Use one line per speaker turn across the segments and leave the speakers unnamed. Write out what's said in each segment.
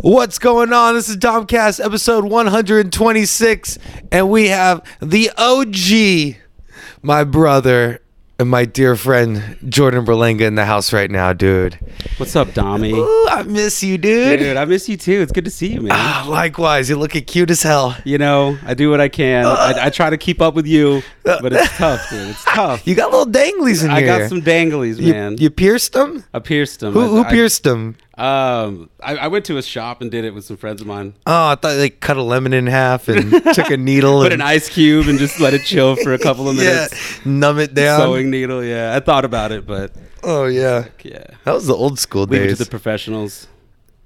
What's going on? This is Domcast episode 126, and we have the OG, my brother, and my dear friend Jordan Berlinga in the house right now, dude.
What's up, Dommy?
Ooh, I miss you, dude.
Dude, I miss you too. It's good to see you, man.
Ah, likewise, you looking cute as hell.
You know, I do what I can. I, I try to keep up with you, but it's tough, dude. It's tough.
Uh. You got little danglies in
I
here.
got some danglies,
You,
man.
you pierced them?
I pierced them.
Who, who
I,
pierced them?
I, um, I, I went to a shop and did it with some friends of mine.
Oh, I thought they cut a lemon in half and took a needle
Put
and
an ice cube and just let it chill for a couple of
yeah, Um,
minutes.
numb it down.
Sewing needle. Yeah, I thought about it, but
Oh yeah,
yeah,
that was the old school
leave it
days.
to the professionals.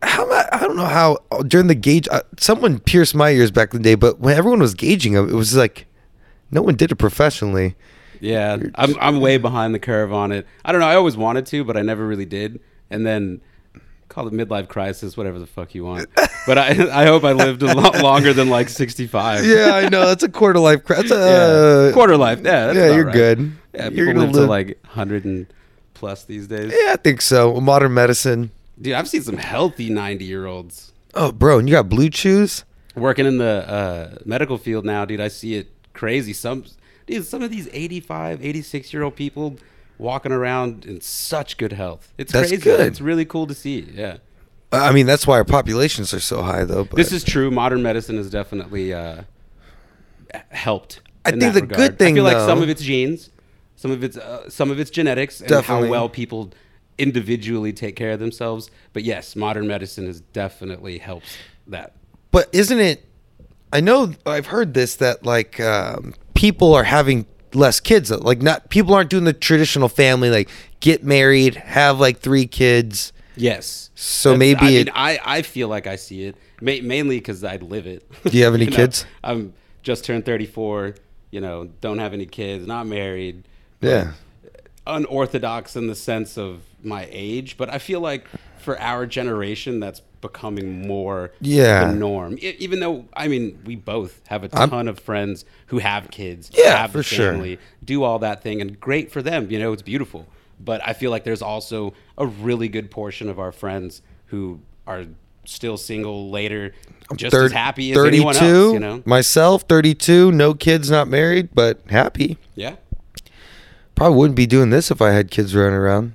how am I, I don't know how during the gauge uh, someone pierced my ears back in the day, but when everyone was gauging them, it was like no one did it professionally.
Yeah, I'm I'm way behind the curve on it. I don't know. I always wanted to, but I never really did. And then call it midlife crisis, whatever the fuck you want. But I I hope I lived a lot longer than like 65.
Yeah, I know that's a quarter life. That's a uh,
Yeah. quarter life. Yeah, that's
yeah,
about
you're
right.
good.
Yeah, people
You're gonna
live, to
live-
like 100 and plus these days.
Yeah, I think so. Modern medicine.
Dude, I've seen some healthy 90 year olds
Oh, bro, and you got blue chews.
working in the uh, medical field now, dude. I see it crazy. Some dude, some of these 85, 86 year old people walking around in such good health. It's
That's
crazy.
good.
It's really cool to see. Yeah.
I mean, that's why our populations are so high, though. But
This is true. Modern medicine has definitely uh, helped.
I
in
think
that
the
regard.
good thing,
I feel like some
though-
of it's genes, some of it's uh, some of it's genetics, and
Definitely.
how well people individually take care of themselves. But yes, modern medicine has definitely helped that.
but isn't it i know i've heard this that like um, people are having less kids though. like not people aren't doing the traditional family like get married have like three kids
Yes.
So
That's-
maybe
I,
it-
mean, I I feel like I see it ma- mainly because I live it.
Do you have any
know?
kids?
I'm just turned 34. You know, don't have any kids, not married.
yeah
unorthodox in the sense of my age, but I feel like for our generation, that's becoming more
Yeah.
the norm. E- even though, I mean, we both have a
I'm-
ton of friends who have kids,
Yeah,
have
for sure.
do all that thing, and great for them. You know, it's beautiful. But I feel like there's also a really good portion of our friends who are still single later, just as
Thir-
happy as anyone else. You know,
myself 32 no kids not married but happy
yeah.
Uh-huh. probably wouldn't be doing this if i had kids running around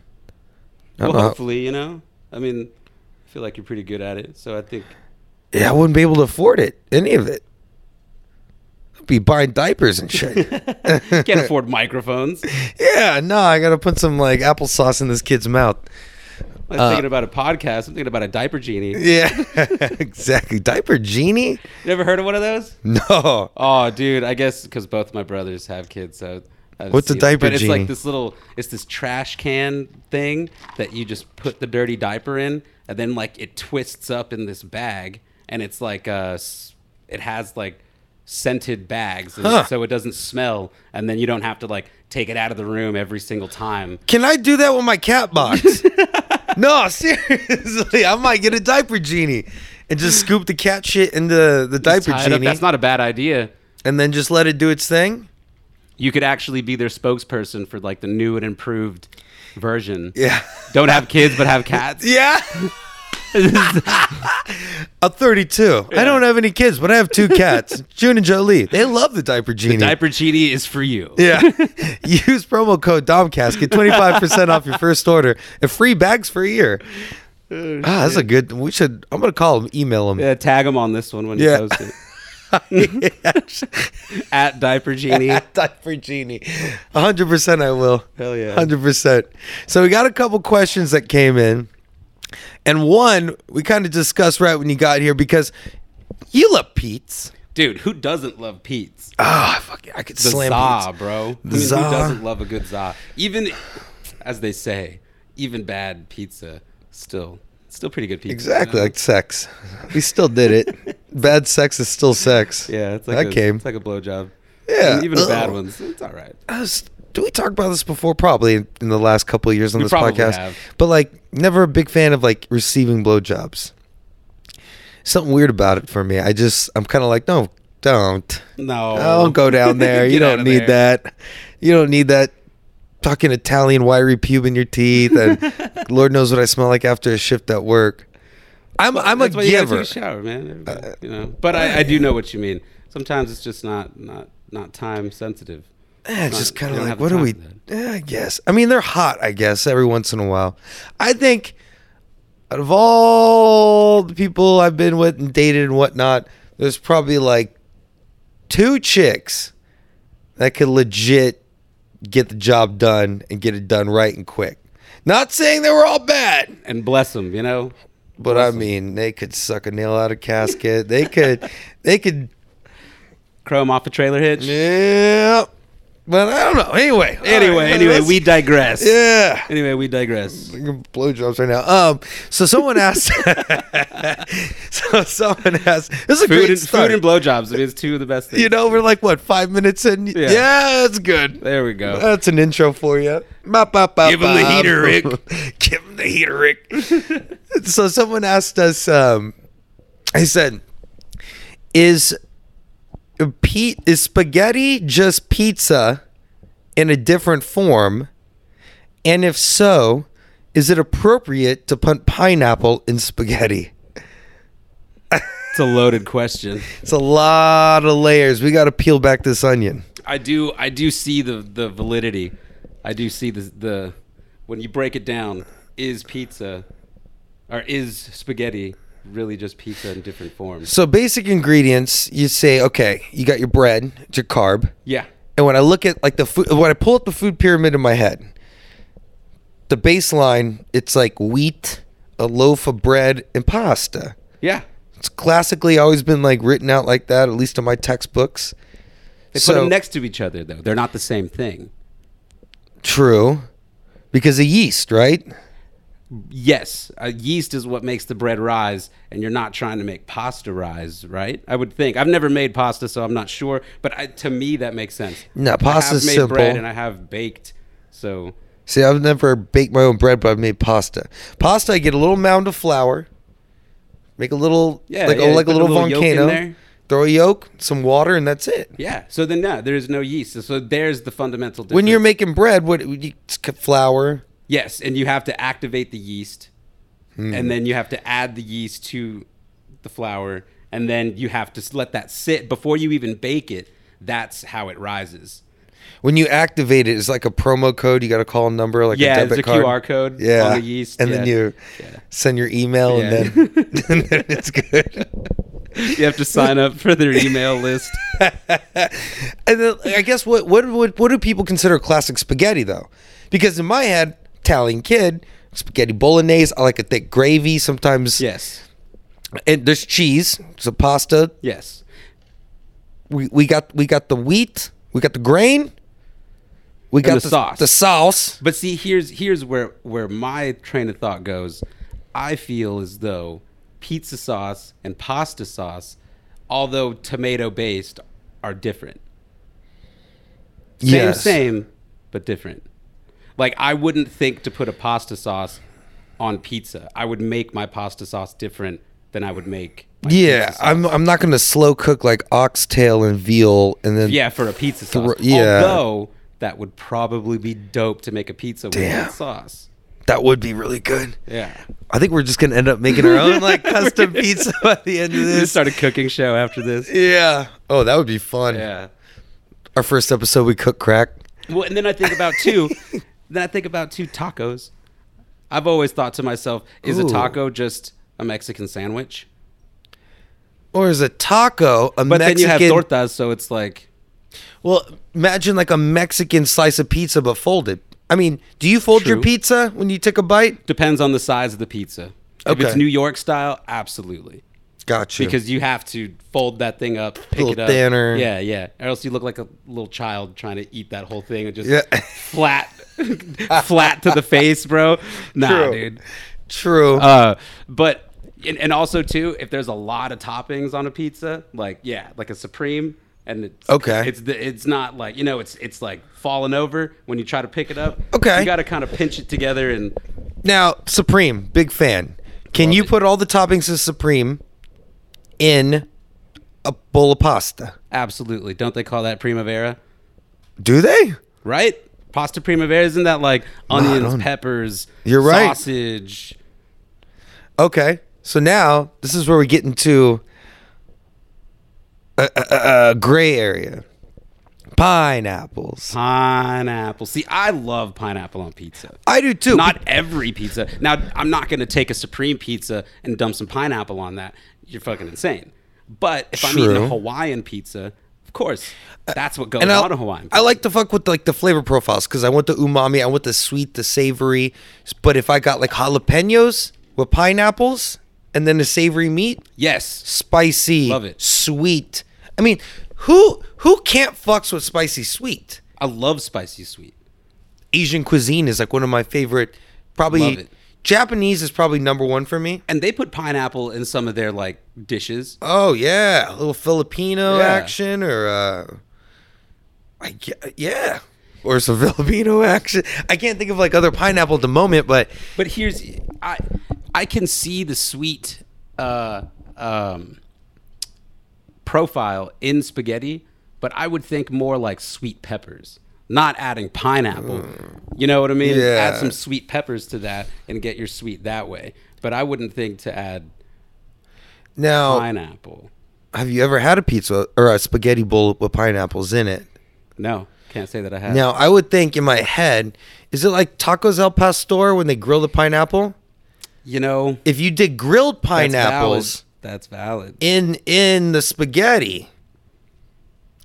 I
Well,
don't know how-
hopefully, you know. I mean, I feel like you're pretty good at it, so I think.
yeah i wouldn't be able to afford it any of it I'd be buying diapers and shit
Can't afford microphones. I
yeah no i gotta put some like applesauce in this kid's mouth
was
Uh,
thinking about a podcast. I'm thinking about a diaper genie.
Yeah, exactly. Diaper genie?
Never heard of one of those?
No.
Oh, dude. I guess because both my brothers have kids, so. I've
What's a
seen it.
diaper
But it's
genie?
like this little, it's this trash can thing that you just put the dirty diaper in, and then like it twists up in this bag, and it's like uh, s- it has like scented bags, in it,
Huh.
so it doesn't smell, and then you don't have to like take it out of the room every single time.
Can I do that with my cat box? no, seriously. I might get a diaper genie and just scoop the cat shit into the diaper
Tie it up.
genie
That's not a bad idea.
and then just let it do its thing.
you could actually be their spokesperson for like the new and improved version.
Yeah.
Don't have kids, but have cats.
Yeah. I'm 32. I don't have any kids, but I have two cats, June and Jolie. They love the diaper genie.
Diaper Genie is for you.
yeah. Use promo code DOMCAST. Get 25% off your first order and free bags for a year.
Oh,
Ah, that's a good. We should. I'm gonna call him, email him.
Yeah, Uh, tag them on this one when you
Yeah.
post it. At Diaper Genie.
Diaper genie, 100. percent I will.
Hell yeah.
100. percent So we got a couple questions that came in, and one we kind of discussed right when you got here because you love Pete's.
Dude, who doesn't love Pete's?
Ah, fuck, I could
The
slam
za,
Pete's.
bro. I
The
mean, who
za.
doesn't love a good za? Even, as they say, even bad pizza, still, still pretty good pizza. you
Exactly
know?
like sex. We still did it. Bad sex is still sex.
Yeah, it's like
that
a,
came.
It's like a blowjob.
Yeah.
And even the bad
Ugh.
ones, it's all right.
I was, do we talk about this before? Probably in in the last couple of years on
We
this
probably
podcast.
have.
But like, never a big fan of like receiving blowjobs. Something weird about it for me. I just, I'm kind of like, no, don't,
No,
don't go down there. you
Get
don't
outta
need
there.
that. You don't need that fucking Italian wiry pube in your teeth, and Lord knows what I smell like after a shift at work. I'm I'm a
That's why you gotta
giver. Uh,
take a shower, man. Everybody- you know, but I, I do know what you mean. Sometimes it's just not not not time sensitive.
Eh, it's
Not-
just kind
you
of like,
don't have the
what are
time
we?
for that.
Eh, I guess. I mean, they're hot. I guess every once in a while. I think out of all the people I've been with and dated and whatnot, there's probably like two chicks that could legit get the job done and get it done right and quick. Not saying they were all bad,
And bless them, you know.
but I mean, they could suck a nail out of a casket. they could, they could,
Chrome off a trailer hitch.
yeah. But I don't know. Anyway, all
Anyway,
right,
anyway,
let's-
we digress.
yeah.
Anyway, we digress.
blowjobs right now. Um, so someone asked. so someone asked. This is a
Food
great
and
start.
food and blowjobs. I mean, it's two of the best things.
you know, we're like what five minutes in. Yeah, that's good.
There we go.
That's an intro for you. Bop, bop, bop,
Give 'em the
bop.
heater, Rick.
Give him the heater, Rick. so someone asked us. Um, I said, "Is Pete is spaghetti just pizza in a different form? And if so, is it appropriate to put pineapple in spaghetti?"
It's a loaded question.
It's a lot of layers. We got to peel back this onion.
I do I do see the the validity. I do see the the when you break it down, is pizza or is spaghetti really just pizza in different forms?
So basic ingredients, you say, okay, you got your bread, it's your carb.
Yeah.
and when I look at like the food, when I pull up the food pyramid in my head, the baseline it's like wheat, a loaf of bread, and pasta.
Yeah.
It's classically always been like written out like that, at least in my textbooks.
They
So-
put them next to each other though. They're not the same thing.
True, because of yeast, right?
Yes, uh, yeast is what makes the bread rise, and you're not trying to make pasta rise, right? I would think. I've never made pasta, so I'm not sure. But I, to me, that makes sense.
No,
I have
pasta's
made
simple.
bread, and I have baked. So
See, I've never baked my own bread, but I've made pasta. Pasta, I get a little mound of flour, make a little
Yeah,
like
yeah,
a, like a
put a
little,
little yolk in
volcano.
there.
Throw a yolk, some water, and that's it.
Yeah. So then, yeah, there is no yeast. So there's the fundamental difference.
When you're making bread, what you flour?
yes, and you have to activate the yeast,
Hmm.
and then you have to add the yeast to the flour, and then you have to s- let that sit before you even bake it. That's how it rises.
When you activate it, it's like a promo code. You got to call a number, like
Yeah,
a
it's
debit
a
card.
QR code
Yeah,
on the yeast.
and then
Yeah.
you
Yeah.
send your email,
Yeah.
and, then, and then it's good.
you have to sign up for their email list.
And then I guess what what what, what do people consider classic spaghetti though? Because in my head, Italian kid, spaghetti bolognese. I like a thick gravy. Sometimes
Yes.
and there's cheese. So pasta.
Yes.
We, we got we got the wheat. We got the grain. We got
the sauce.
The sauce.
But see, here's here's where where my train of thought goes. I feel as though pizza sauce and pasta sauce, although tomato based, are different. Same,
Yes.
same, but different. Like I wouldn't think to put a pasta sauce on pizza. I would make my pasta sauce different than I would make. my
Yeah,
pizza sauce.
I'm I'm not gonna slow cook like oxtail and veal and then
yeah, for a pizza sauce.
yeah.
Although that would probably be dope to make a pizza with
Damn.
that sauce.
that would be really good.
Yeah.
I think we're just gonna end up making our own like custom pizza by the end of
We just
this.
start a cooking show after this.
Yeah. Oh, that would be fun.
Yeah.
Our first episode, we cook crack.
Well, and then I think about two. then I think about two tacos. I've always thought to myself, is
Ooh.
a taco just a Mexican sandwich?
Or is a taco a
But
Mexican?
then you have tortas, so it's like
well, imagine like a Mexican slice of pizza but folded. I mean, do you fold your
True.
pizza when you take a bite?
depends on the size of the pizza. If
Okay.
it's New York style, absolutely.
Gotcha.
Because you have to fold that thing up, pick
Little
it up.
thinner.
Yeah, yeah. Or else you look like a little child trying to eat that whole thing and just
Yeah.
flat flat to the face, bro. Nah,
True.
dude.
true.
Uh, but and, and also too, if there's a lot of toppings on a pizza, like yeah, like a supreme, and it's,
Okay.
it's the, it's not like you know, it's it's like falling over when you try to pick it up.
Okay.
you got to kind of pinch it together and
Now, Supreme, big fan. Can you put all the toppings of Supreme in a bowl of pasta?
absolutely. Don't they call that primavera?
Do they?
Right, pasta primavera isn't that like onions,
on.
peppers,
You're right.
sausage.
Okay. So now this is where we get into a, a, a- a gray area. Pineapples.
Pineapple. See, I love pineapple on pizza.
I do too.
Not every pizza. Now, I'm not going to take a supreme pizza and dump some pineapple on that. You're fucking insane. But if I'm eating
True. Uh,
a Hawaiian pizza, of course, that's what goes
and I,
on a Hawaiian. Pizza.
I like to fuck with like the flavor profiles because I want the umami, I want the sweet, the savory. But if I got like jalapenos with pineapples and then the savory meat,
yes.
spicy,
Love it.
sweet. I mean, who who can't fucks with spicy sweet?
I love spicy sweet.
Asian cuisine is like one of my favorite. Probably
Love it.
Japanese is probably number one for me.
And they put pineapple in some of their like dishes.
Oh yeah, a little Filipino
Yeah.
action or uh, I ge- yeah, or some Filipino action. I can't think of like other pineapple at the moment, but
But here's I I can see the sweet uh, um, profile in spaghetti, but I would think more like sweet peppers, not adding pineapple. You know what I mean?
Mm. Yeah.
Add some sweet peppers to that and get your sweet that way. But I wouldn't think to add
now
pineapple.
have you ever had a pizza or a spaghetti bowl with pineapples in it?
No, can't say that I have.
Now I would think in my head, is it like tacos al pastor when they grill the pineapple?
You know,
If you did grilled
that's valid.
pineapples
That's valid.
in in the spaghetti,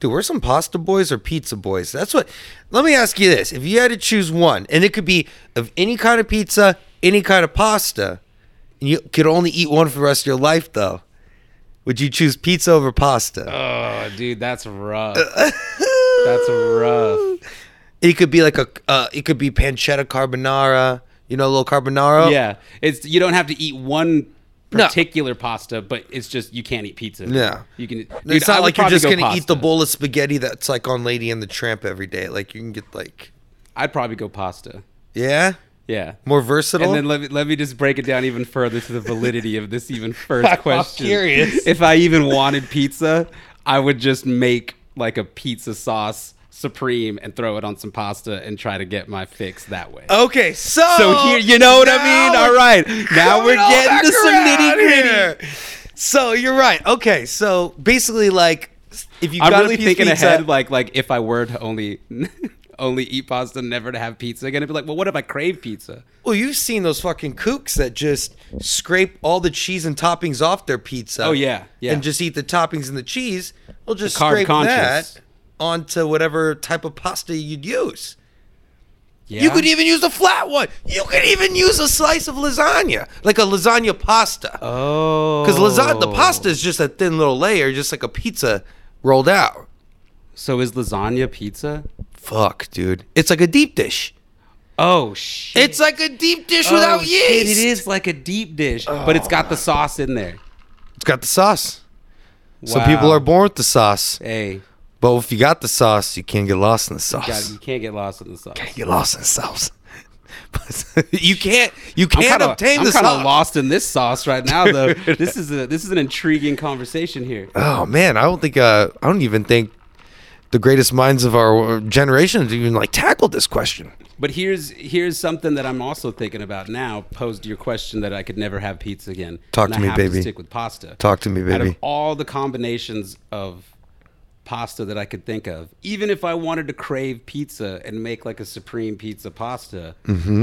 dude, we're some pasta boys or pizza boys. That's what. Let me ask you this: If you had to choose one, and it could be of any kind of pizza, any kind of pasta, and you could only eat one for the rest of your life, though, would you choose pizza over pasta?
Oh, dude, that's rough. that's rough.
It could be like a. Uh, it could be pancetta carbonara. You know, a little carbonara.
Yeah, it's you don't have to eat one
Oh. No.
particular pasta, but it's just you can't eat pizza.
Yeah.
you can.
And it's
dude, I
not
would
like you're
probably
just
go
gonna eat the
pasta.
bowl of spaghetti that's like on Lady and the Tramp every day. Like you can get like,
I'd probably go pasta.
yeah,
Yeah.
more versatile.
And then let me, let me just break it down even further to the validity of this even first
I'm
question.
curious.
If I even wanted pizza, I would just make like a pizza sauce supreme and throw it on some pasta and try to get my fix that way.
okay, so
So here, you know what I mean? All right. Now we're getting to some nitty gritty.
gritty. So you're right. Okay, so basically, like if you
I'm
got a
really
piece of
thinking
pizza-
ahead, like like if I were to only only eat pasta, never to have pizza again, I'd be like, well, what if I crave pizza?
Well, you've seen those fucking kooks that just scrape all the cheese and toppings off their pizza.
Oh, yeah, yeah.
And just eat the toppings and the cheese. They'll just
carb
scrape
conscious.
that onto whatever type of pasta you'd use.
Yeah.
You could even use a flat one. You could even use a slice of lasagna, like a lasagna pasta.
oh
Because lasagna, the pasta is just a thin little layer, just like a pizza rolled out.
So is lasagna pizza?
Fuck, dude. It's like a deep dish.
Oh shit!
It's like a deep dish
Oh,
without
shit,
yeast.
It is like a deep dish, but it's got the sauce in there.
It's got the sauce. So
Wow.
people are born with the sauce.
Hey,
But if you got the sauce, you can't get lost in the sauce.
God, you can't get lost in the sauce.
Get lost in the sauce. But you can't. You
I'm
can't
kinda-
obtain
I'm
the
kinda
sauce.
lost in this sauce right now, though. this is a this is an intriguing conversation here.
Oh man, I don't think. Uh, I don't even think the greatest minds of our generation have even like tackled this question.
But here's here's something that I'm also thinking about now. Posed your question that I could never have pizza again.
Talk
and
to
I
me,
have
baby.
stick with pasta.
Talk to me,
Out of
baby.
all the combinations of pasta that I could think of, even if I wanted to crave pizza and make like a supreme pizza pasta,
Mm-hmm.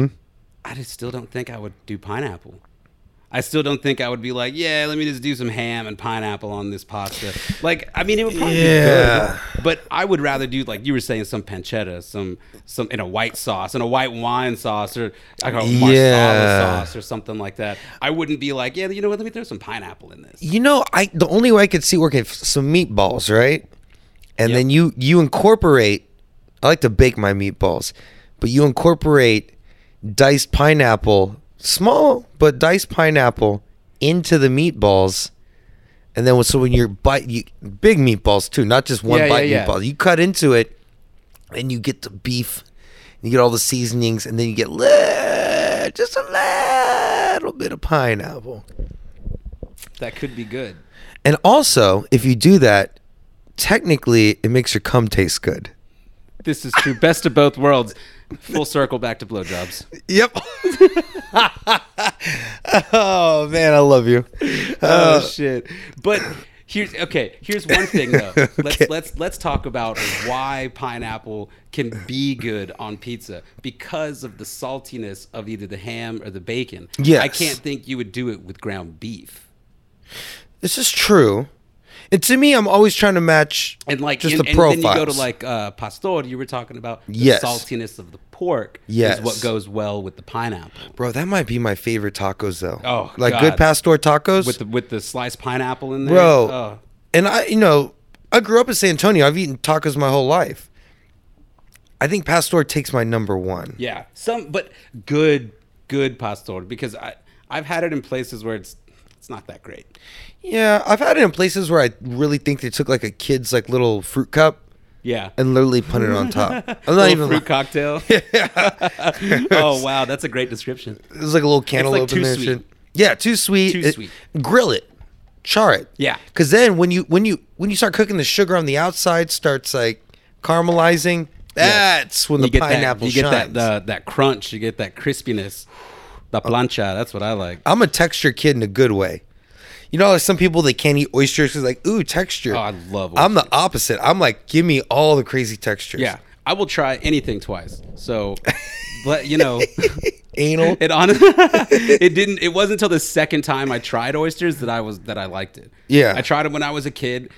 I just still don't think I would do pineapple. I still don't think I would be like, yeah, let me just do some ham and pineapple on this pasta. Like, I mean, it would probably
Yeah.
be good, but I would rather do like you were saying, some pancetta, some some in a white sauce, in a white wine sauce, or like a marsala
Yeah.
sauce or something like that. I wouldn't be like, yeah, you know what? Let me throw some pineapple in this.
You know, I the only way I could see working f- some meatballs, right? And then you you incorporate. I like to bake my meatballs, but you incorporate diced pineapple, small but diced pineapple, into the meatballs, and then when- so when you're bite you, big meatballs too, not just one
Yeah, yeah,
bite
yeah.
meatball. You cut into it, and you get the beef, and you get all the seasonings, and then you get li- just a little bit of pineapple.
That could be good.
And also, if you do that, technically it makes your cum taste good.
This is true. Best of both worlds. Full circle back to blowjobs.
Yep. oh man, I love you.
oh shit! But here's okay. Here's one thing though.
Okay.
Let's let's let's talk about why pineapple can be good on pizza because of the saltiness of either the ham or the bacon.
Yes.
I can't think you would do it with ground beef.
This is true. And to me, I'm always trying to match
And like
just
and,
the
and
profiles.
Then you go to like uh, pastor. You were talking about the
Yes.
saltiness of the pork
Yes.
is what goes well with the pineapple
Bro, that might be my favorite tacos though.
Oh,
like
God.
good pastor tacos.
with the with the sliced pineapple in there.
Bro,
Oh.
and I, you know, I grew up in San Antonio. I've eaten tacos my whole life. I think pastor takes my number one.
Yeah, some but good good pastor because I I've had it in places where it's it's not that great.
Yeah, I've had it in places where I really think they took like a kid's like little fruit cup
Yeah,
and literally put it on top. I'm not
Little
even.
fruit
li-
cocktail. oh wow, that's a great description.
It was like a little cantaloupe
too
in there. and
sweet.
shit. Yeah, too sweet.
Too
It-
sweet.
Grill it, char it.
Yeah.
Because then when you when you when you start cooking, the sugar on the outside starts like caramelizing. That's when the
You get
pineapple
that you get
shines. Oh.
that the, that crunch, you get that crispiness. La plancha, that's what I like.
I'm a texture kid in a good way. You know, like some people they can't eat oysters because like ooh texture.
Oh, I love
I'm the opposite. I'm like, give me all the crazy textures.
Yeah, I will try anything twice. So, but you know,
Anal.
it on it didn't it wasn't until the second time I tried oysters that I was that I liked it.
Yeah.
I tried it when I was a kid.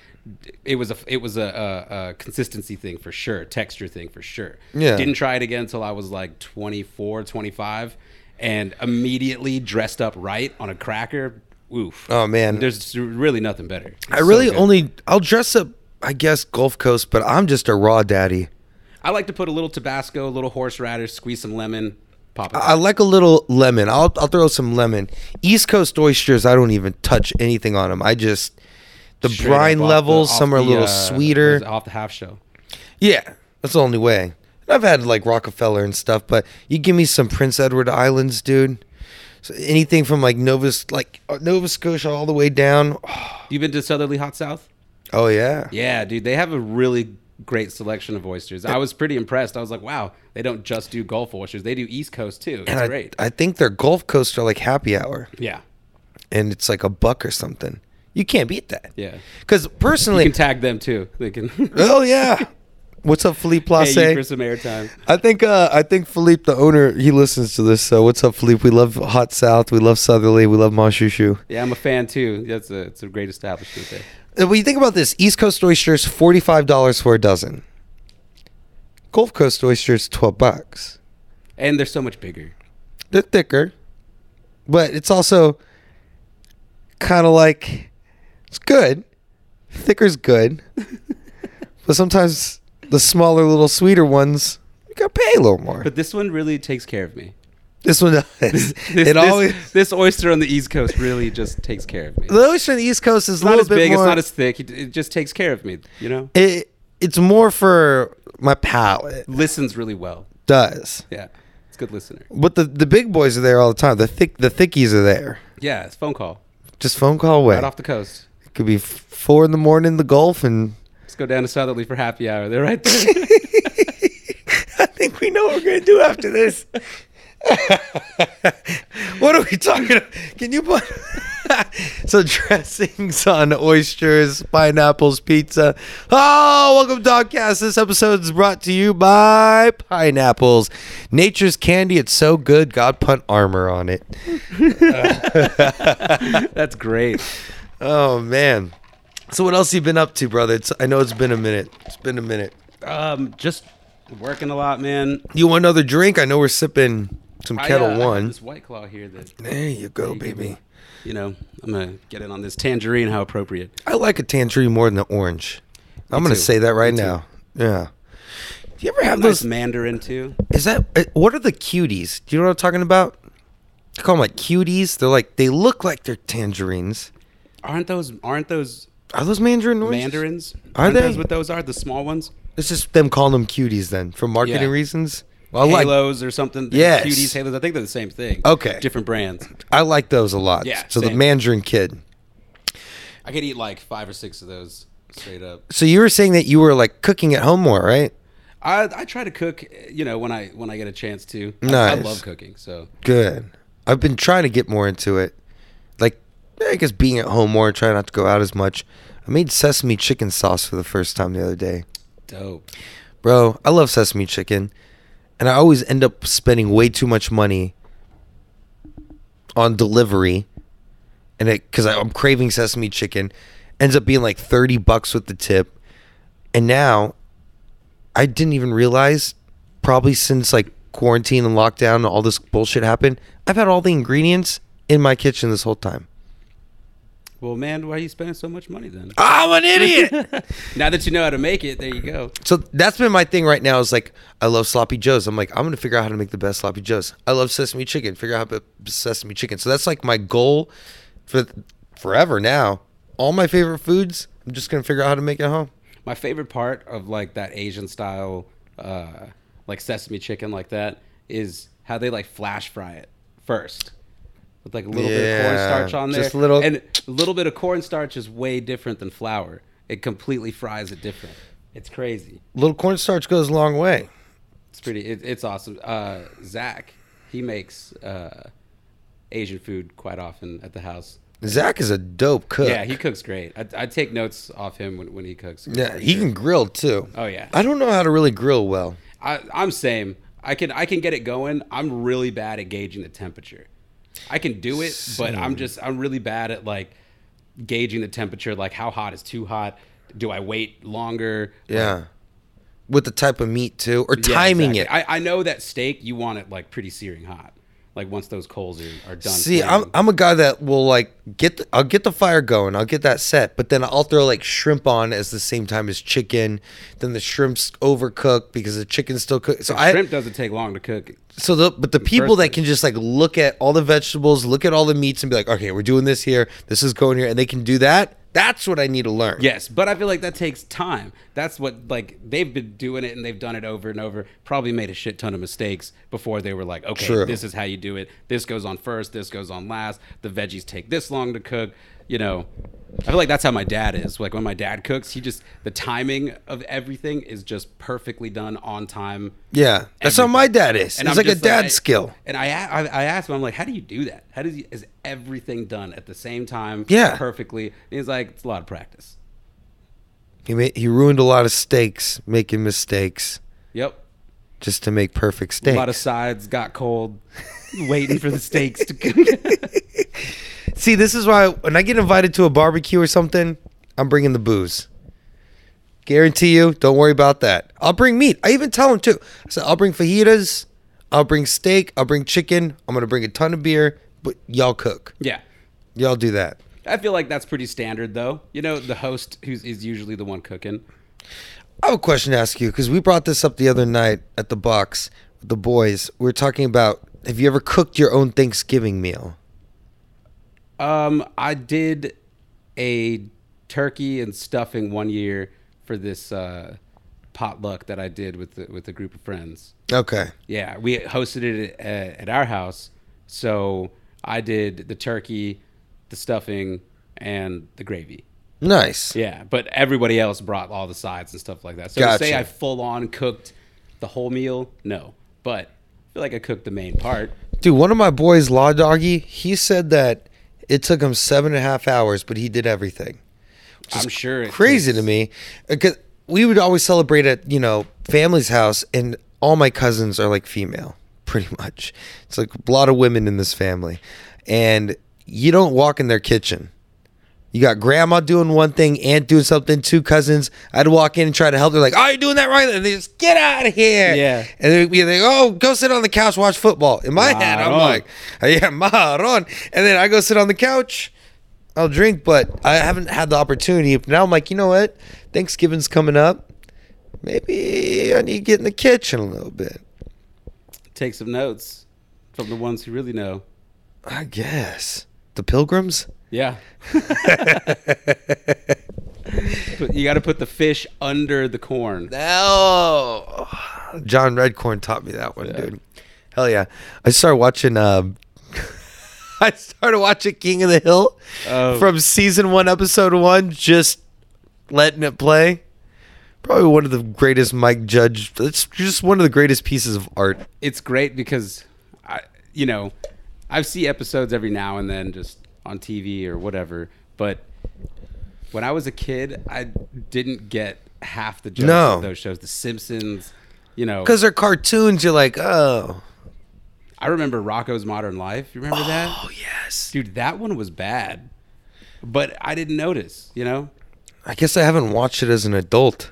It was a it was a, a, a consistency thing for sure, texture thing for sure.
Yeah.
Didn't try it again until I was like 24, 25 and immediately dressed up right on a cracker. Oof.
Oh, man.
There's really nothing better.
I really
So good.
only I'll dress up. I guess Gulf Coast, but I'm just a raw daddy.
I like to put a little Tabasco, a little horseradish, squeeze some lemon, pop it.
I like a little lemon. I'll I'll throw some lemon. East Coast oysters, I don't even touch anything on them. I just the
Straight up
brine
off the-
levels.
off
some are a
the,
little
uh,
sweeter.
was it Off the half shell.
Yeah, that's the only way. And I've had like Rockefeller and stuff, but you give me some Prince Edward Islands, dude. So anything from like Nova, like uh, Nova Scotia all the way down.
You been to Southerly Hot South?
Oh yeah,
Yeah, dude, they have a really great selection of oysters. I was pretty impressed. I was like, wow, they don't just do Gulf oysters; they do East Coast too. It's
and I,
great.
I think their Gulf Coast are like happy hour,
yeah,
and it's like a buck or something. You can't beat that.
yeah.
Because
You
personally,
can tag them too. They can pay
oh yeah. What's up, Philippe Place?
you for some airtime.
I think uh, I think Philippe, the owner, he listens to this. So what's up, Philippe? We love Hot South. We love Southerly. We love Mashushu.
Yeah, I'm a fan too. That's a it's a great establishment there.
Uh, When you think about this, East Coast oysters forty five dollars for a dozen. Gulf Coast oysters twelve bucks.
And they're so much bigger.
They're thicker, but it's also kind of like it's good. Thicker's good, but sometimes the smaller, little sweeter ones you gotta pay a little more.
But this one really takes care of me.
this one does.
This,
it always
this, this oyster on the East Coast really just takes care of me.
the oyster on the East Coast is a
It's not
little
as
bit
big.
more.
It's not as thick. It, it just takes care of me. You know,
it, it's more for my palate.
listens really well.
Does.
Yeah, it's a good listener.
But the the big boys are there all the time. The thick the thickies are there.
Yeah, it's a phone call
Just phone call away.
right off the coast.
It could be f- four in the morning in the Gulf, and
Let's go down to Southerly for happy hour. They're right there.
I think we know what we're gonna do after this. what are we talking? About? Can you put so dressings on oysters, pineapples, pizza? Oh, welcome to Dogcast. This episode is brought to you by pineapples, nature's candy. It's so good. God put armor on it.
That's great.
Oh man. So what else you been up to, brother? It's, I know it's been a minute. It's been a minute.
Um, just working a lot, man.
You want another drink? I know we're sipping some
I,
Kettle
uh, I got
One.
this white claw here that
There you go,
you give
baby.
me- You know, I'm gonna get in on this tangerine. How appropriate.
I like a tangerine more than an orange. I'm gonna
too.
say that right
Me too.
now. Yeah. Do you ever have
Nice
those?
mandarin too.
Is that uh, what are the cuties? Do you know what I'm talking about? I call them like cuties. They're like they look like they're tangerines.
Aren't those aren't those
Are those mandarin oranges?
mandarins?
Are
aren't
they?
Those what those are? The small ones.
It's just them calling them cuties then for marketing
Yeah.
reasons. Well, I like
halos or something.
Yes.
Cuties, halos. I think they're the same thing.
Okay.
Different brands.
I like those a lot.
Yeah,
So the
same.
mandarin kid.
I could eat like five or six of those straight up.
So you were saying that you were like cooking at home more, right?
I I try to cook, you know, when I when I get a chance to. I- I,
Nice.
love cooking, so
Good. I've been trying to get more into it. Like, I guess being at home more, trying not to go out as much. I made sesame chicken sauce for the first time the other day.
dope.
Bro, I love sesame chicken. And I always end up spending way too much money on delivery. And it, because I'm craving sesame chicken, ends up being like 30 bucks with the tip. And now I didn't even realize, probably since like quarantine and lockdown and all this bullshit happened, I've had all the ingredients in my kitchen this whole time.
Well, man, why are you spending so much money then?
I'm an idiot.
now that you know how to make it, there you go.
So that's been my thing right now is like I love sloppy joes. I'm like I'm gonna figure out how to make the best sloppy joes. I love sesame chicken. Figure out how to make sesame chicken. So that's like my goal for forever now. All my favorite foods, I'm just gonna figure out how to make at home.
My favorite part of like that Asian style, uh, like sesame chicken, like that, is how they like flash fry it first with like a little bit of
Yeah,
cornstarch on there.
just a little-
and a little bit of cornstarch is way different than flour. It completely fries it different. It's crazy.
little cornstarch goes a long way.
It's pretty. It, it's awesome. Uh, Zach, he makes uh, Asian food quite often at the house.
Zach is a dope cook.
Yeah, he cooks great. I, I take notes off him when, when he cooks.
yeah, he can grill too.
Oh yeah.
I don't know how to really grill well.
I, I'm same. I can I can get it going. I'm really bad at gauging the temperature. I can do it, but I'm just I'm really bad at like gauging the temperature. Like how hot is too hot? Do I wait longer?
Yeah, with the type of meat too, or timing it.
it. I, I know that steak you want it like pretty searing hot. Like once those coals are, are done.
See, I'm,
flaming.
I'm a guy that will like get the, I'll get the fire going, I'll get that set, but then I'll throw like shrimp on as the same time as chicken. Then the shrimp's overcooked because the chicken's still cooked. So I
shrimp doesn't take long to cook.
so the but the people that
place.
can just like look at all the vegetables, look at all the meats, and be like, okay, we're doing this here, this is going here, and they can do that. That's what I need to learn.
Yes, but I feel like that takes time. That's what like they've been doing it and they've done it over and over. Probably made a shit ton of mistakes before they were like, okay,
True.
this is how you do it. This goes on first. This goes on last. The veggies take this long to cook. You know, I feel like that's how my dad is. Like when my dad cooks, he just the timing of everything is just perfectly done on time.
Yeah, that's how
Everything.
my dad is.
And
it's
I'm
like a
just
dad
I-
skill.
And I, a- I I asked him, I'm like, how do you do that? How does he, is everything done at the same time?
Yeah.
perfectly. And he's like, it's a lot of practice.
He ma- he ruined a lot of steaks making mistakes
Yep.
just to make perfect steaks.
A lot of sides got cold, waiting for the steaks to cook.
See, this is why when I get invited to a barbecue or something, I'm bringing the booze. Guarantee you, don't worry about that. I'll bring meat. I even tell them too. I said, I'll bring fajitas, I'll bring steak, I'll bring chicken, I'm gonna bring a ton of beer, but y'all cook.
yeah.
Y'all do that.
I feel like that's pretty standard, though. You know, the host who's is usually the one cooking.
I have a question to ask you because we brought this up the other night at the box with the boys. We were talking about have you ever cooked your own Thanksgiving meal?
Um, I did a turkey and stuffing one year for this uh, potluck that I did with the, with a group of friends.
Okay.
Yeah, we hosted it at, at our house. So I did the turkey, the stuffing, and the gravy.
Nice.
Yeah, but everybody else brought all the sides and stuff like that. So to say
Gotcha.
I full on cooked the whole meal, no. But I feel like I cooked the main part.
Dude, one of my boys, Law Doggy, he said that it took him seven and a half hours, but he did everything.
I'm sure it
Crazy
tastes-
to me. Because we would always celebrate at, you know, family's house, and all my cousins are like female, pretty much. It's like a lot of women in this family. And you don't walk in their kitchen. You got grandma doing one thing, aunt doing something, two cousins. I'd walk in and try to help. They're like, "Oh, you're doing that right," and they just get out of here.
Yeah.
and they'd be like, "Oh, go sit on the couch, watch football." In my head, I'm
Maron.
like, "Yeah, maron," and then I go sit on the couch. I'll drink, but I haven't had the opportunity. Now I'm like, you know what? Thanksgiving's coming up. Maybe I need to get in the kitchen a little bit.
Take some notes from the ones who really know.
I guess the pilgrims.
Yeah. But you got to put the fish under the corn.
No. John Redcorn taught me that one, dude. Hell yeah. I started watching um I started watching King of the Hill
Oh.
from season 1 episode 1 just letting it play. Probably one of the greatest Mike Judge. It's just one of the greatest pieces of art.
it's great because I, you know, I see episodes every now and then just on TV or whatever. But when I was a kid, I didn't get half the jokes
No.
of those shows. The Simpsons, you know,
Because they're cartoons, you're like, oh,
I remember Rocco's Modern Life. You remember that,
oh yes.
dude? That one was bad, but I didn't notice. You know,
I guess I haven't watched it as an adult.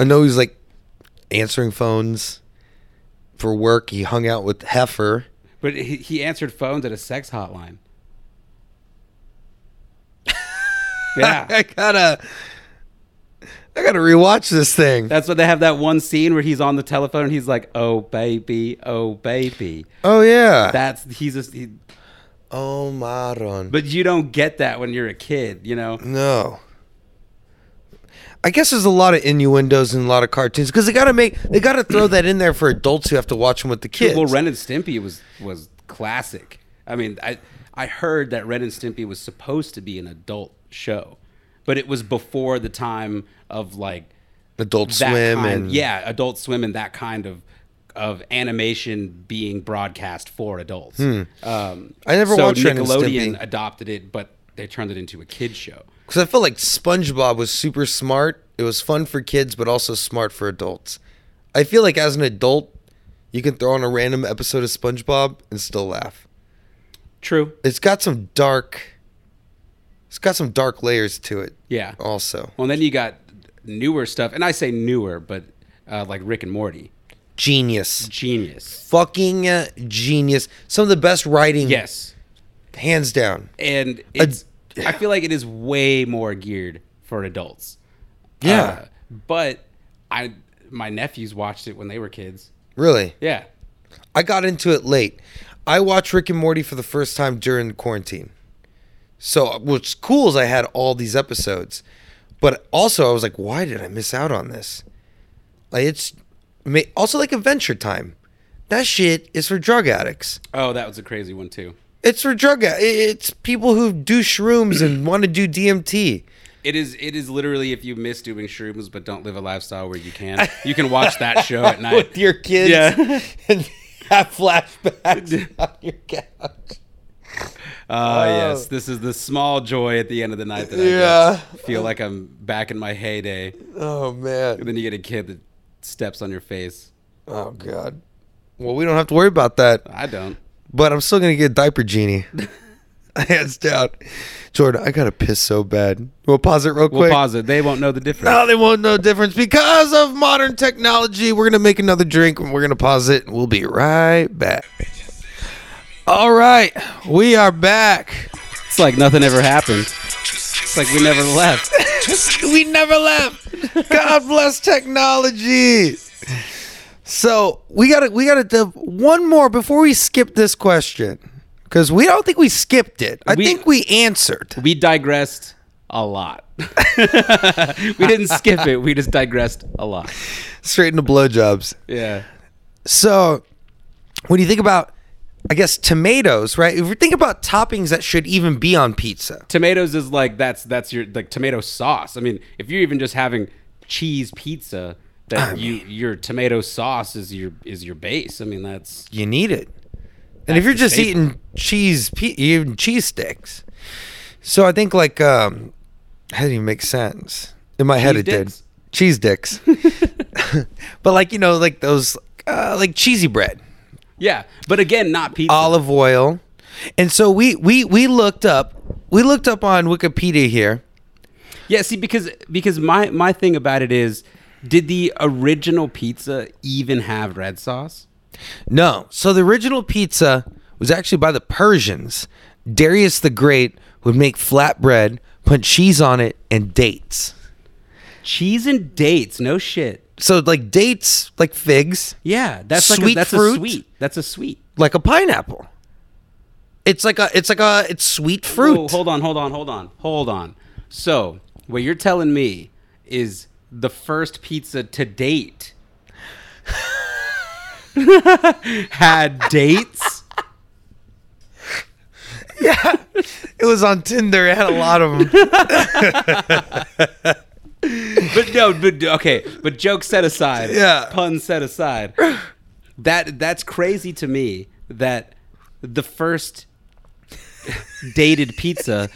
I know he's like answering phones for work. He hung out with Heifer.
but he, he answered phones at a sex hotline. yeah.
I gotta, I gotta rewatch this thing.
That's what they have that one scene where he's on the telephone and he's like, "Oh baby, oh baby."
Oh yeah.
That's he's just. He,
oh Maron.
but you don't get that when you're a kid, you know.
No. I guess there's a lot of innuendos and a lot of cartoons because they gotta make they gotta throw that in there for adults who have to watch them with the kids.
Well, Ren and Stimpy was was classic. I mean, I I heard that Ren and Stimpy was supposed to be an adult show, but it was before the time of like
Adult
that
Swim
kind,
and
yeah, Adult Swim and that kind of of animation being broadcast for adults. Um,
Hmm. I never
so
watched Ren and
Nickelodeon
Stimpy.
adopted it, but they turned it into a kids show.
Because I felt like SpongeBob was super smart. It was fun for kids, but also smart for adults. I feel like as an adult, you can throw on a random episode of SpongeBob and still laugh.
True.
It's got some dark. It's got some dark layers to it.
Yeah.
Also,
Well, then you got newer stuff, and I say newer, but uh, like Rick and Morty,
genius,
genius.
fucking uh, genius. Some of the best writing,
Yes,
hands down.
and it's. I feel like it is way more geared for adults. Uh,
Yeah.
but I my nephews watched it when they were kids.
Really,
Yeah.
I got into it late. I watched Rick and Morty for the first time during quarantine. So what's cool is I had all these episodes, but also I was like, why did I miss out on this? Like it's ma- also like Adventure Time. That shit is for drug addicts.
Oh, that was a crazy one too.
It's for drug. a- i- It's people who do shrooms and want to do DMT.
It is. It is literally if you miss doing shrooms but don't live a lifestyle where you can, you can watch that show at night.
with your kids
Yeah.
and have flashbacks on your couch.
Ah,
Oh.
yes. This is the small joy at the end of the night that I
Yeah.
get. feel like I'm back in my heyday.
Oh
And
man.
then you get a kid that steps on your face.
Oh god. Well, we don't have to worry about that,
I don't.
but I'm still gonna get diaper genie. Hands down. Jordan, I gotta piss so bad. We'll pause it real
We'll
quick.
pause it. They won't know the difference.
No, they won't know the difference because of modern technology. We're gonna make another drink and we're gonna pause it and we'll be right back. All right, we are back.
It's like nothing ever happened. It's like we never left.
we never left. God bless technology. So we got to we got to div- one more before we skip this question because we don't think we skipped it. I
We-
think we answered.
We digressed a lot. we didn't skip it. We just digressed a lot.
Straight into blowjobs.
Yeah.
So when you think about, I guess tomatoes, right? If you think about toppings that should even be on pizza,
Tomatoes is like that's that's your like tomato sauce. I mean, if you're even just having cheese pizza, that you your tomato sauce is your is your base. I mean, that's
you need it. And if you're
the
just
staple.
eating cheese, pe- even cheese sticks. So I think like um, that didn't even make sense in my head.
Cheese
it
dicks?
did cheese dicks, but like you know, like those uh, like cheesy bread,
yeah. But again, not pizza.
olive oil, and so we we we looked up we looked up on Wikipedia here.
Yeah, see, because because my my thing about it is, did the original pizza even have red sauce?
No. So the original pizza was actually by the Persians. Darius the Great would make flatbread, put cheese on it, and dates.
Cheese and dates, no shit.
So like dates, like figs,
Yeah, that's like
Sweet
a, that's
fruit?
a sweet. That's a sweet
like a pineapple. It's like a it's like a it's sweet fruit.
Whoa, hold on, hold on, hold on, hold on. So what you're telling me is the first pizza to date had dates.
It was on Tinder. It had a lot of them.
but no, but okay. But jokes set aside,
Yeah.
puns set aside, that that's crazy to me that the first dated pizza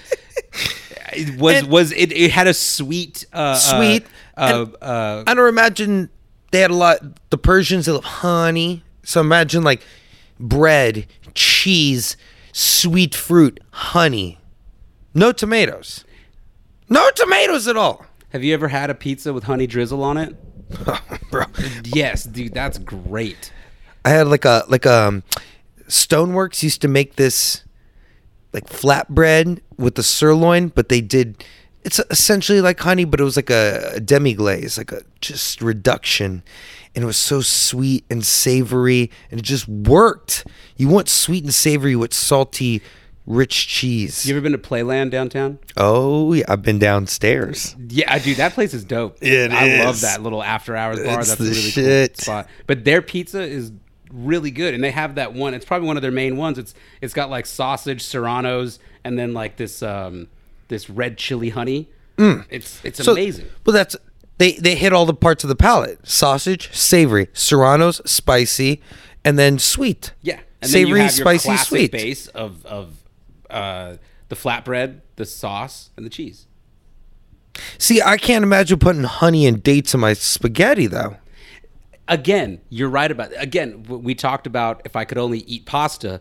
it was
And-
was it, it had a sweet uh,
Sweet,
uh,
and-
uh, uh,
I don't imagine they had a lot. The Persians they love honey, so imagine like bread, cheese, sweet fruit, honey, no tomatoes, no tomatoes at all,
have you ever had a pizza with honey drizzle on it?
bro.
Yes, dude, that's great.
I had like a like um, Stoneworks used to make this like flatbread with the sirloin, but they did. It's essentially like honey, but it was like a, a demi glaze, like a just reduction, and it was so sweet and savory, and it just worked. You want sweet and savory with salty, rich cheese.
You ever been to Playland downtown?
oh yeah, I've been downstairs.
Yeah, dude, that place is dope.
It
I love
is.
that little after hours bar.
It's
That's
the
a really
shit.
cool spot. But their pizza is really good, and they have that one. It's probably one of their main ones. It's it's got like sausage serranos, and then like this um this red chili honey.
Mm.
It's it's amazing.
Well, that's they they hit all the parts of the palate: sausage, savory, serranos, spicy, and then sweet.
Yeah, and
savory,
then you have your
spicy,
classic
sweet.
base of of uh, the flatbread, the sauce, and the cheese.
See, I can't imagine putting honey and dates in my spaghetti though.
again, you're right about again. w- We talked about if I could only eat pasta,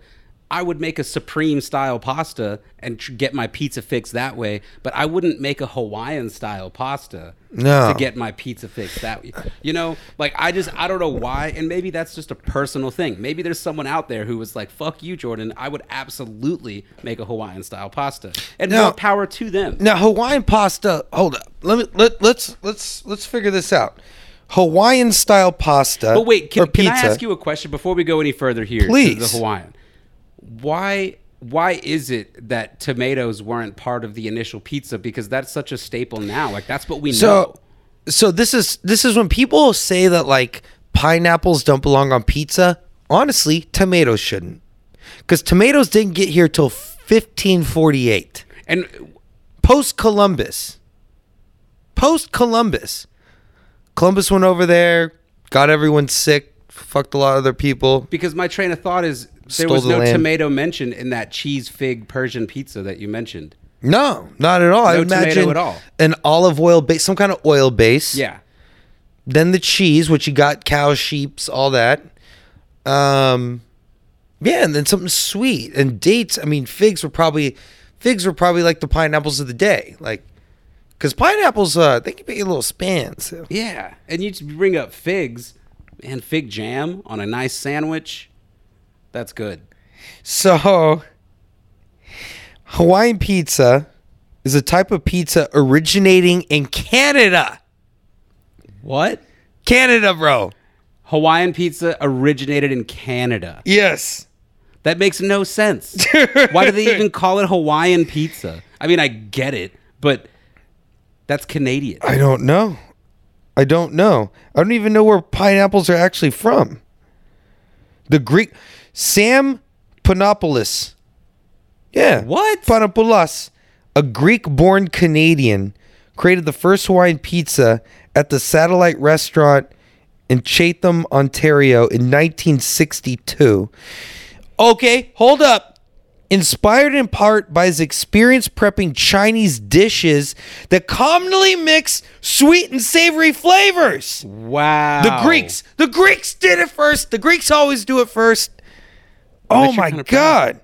I would make a supreme style pasta and tr- get my pizza fix that way. But I wouldn't make a Hawaiian style pasta
No.
to get my pizza fix that. way. You know, like I just I don't know why, and maybe that's just a personal thing. Maybe there's someone out there who was like, "Fuck you, Jordan. I would absolutely make a Hawaiian style pasta," and
No.
more power to them.
Now, Hawaiian pasta. Hold up. Let me let let's let's let's figure this out. Hawaiian style pasta.
But wait, can,
or pizza.
can I ask you a question before we go any further here? to
Please.
the Hawaiian. Why why is it that tomatoes weren't part of the initial pizza? Because that's such a staple now. Like that's what we know.
So, so this is this is when people say that like pineapples don't belong on pizza. Honestly, tomatoes shouldn't, because tomatoes didn't get here till 1548,
And
post Columbus. Post Columbus, Columbus went over there, got everyone sick, fucked a lot of other people.
because my train of thought is there
Stole
was
the
no
land.
tomato mentioned in that cheese fig Persian pizza that you mentioned.
No, not at all. I
No
would
tomato
imagine
at all.
an olive oil base, some kind of oil base.
Yeah.
then the cheese, which you got cow, sheep's, all that. Um, yeah, and then something sweet and dates. I mean, figs were probably figs were probably like the pineapples of the day, like because pineapples uh they can be a little span. So.
Yeah. And you just bring up figs and fig jam on a nice sandwich. That's good.
so Hawaiian pizza is a type of pizza originating in Canada.
What?
Canada, bro.
Hawaiian pizza originated in Canada.
Yes.
That makes no sense. Why do they even call it Hawaiian pizza? I mean, I get it, but that's Canadian.
I don't know. I don't know. I don't even know where pineapples are actually from. The Greek Sam Panopoulos. Yeah.
What?
Panopoulos, a Greek-born Canadian, created the first Hawaiian pizza at the satellite restaurant in Chatham, Ontario in 1962. Okay, hold up. Inspired in part by his experience prepping Chinese dishes that commonly mix sweet and savory flavors.
Wow.
The Greeks, the Greeks did it first. The Greeks always do it first. Oh
you're
my
kinda proud.
god.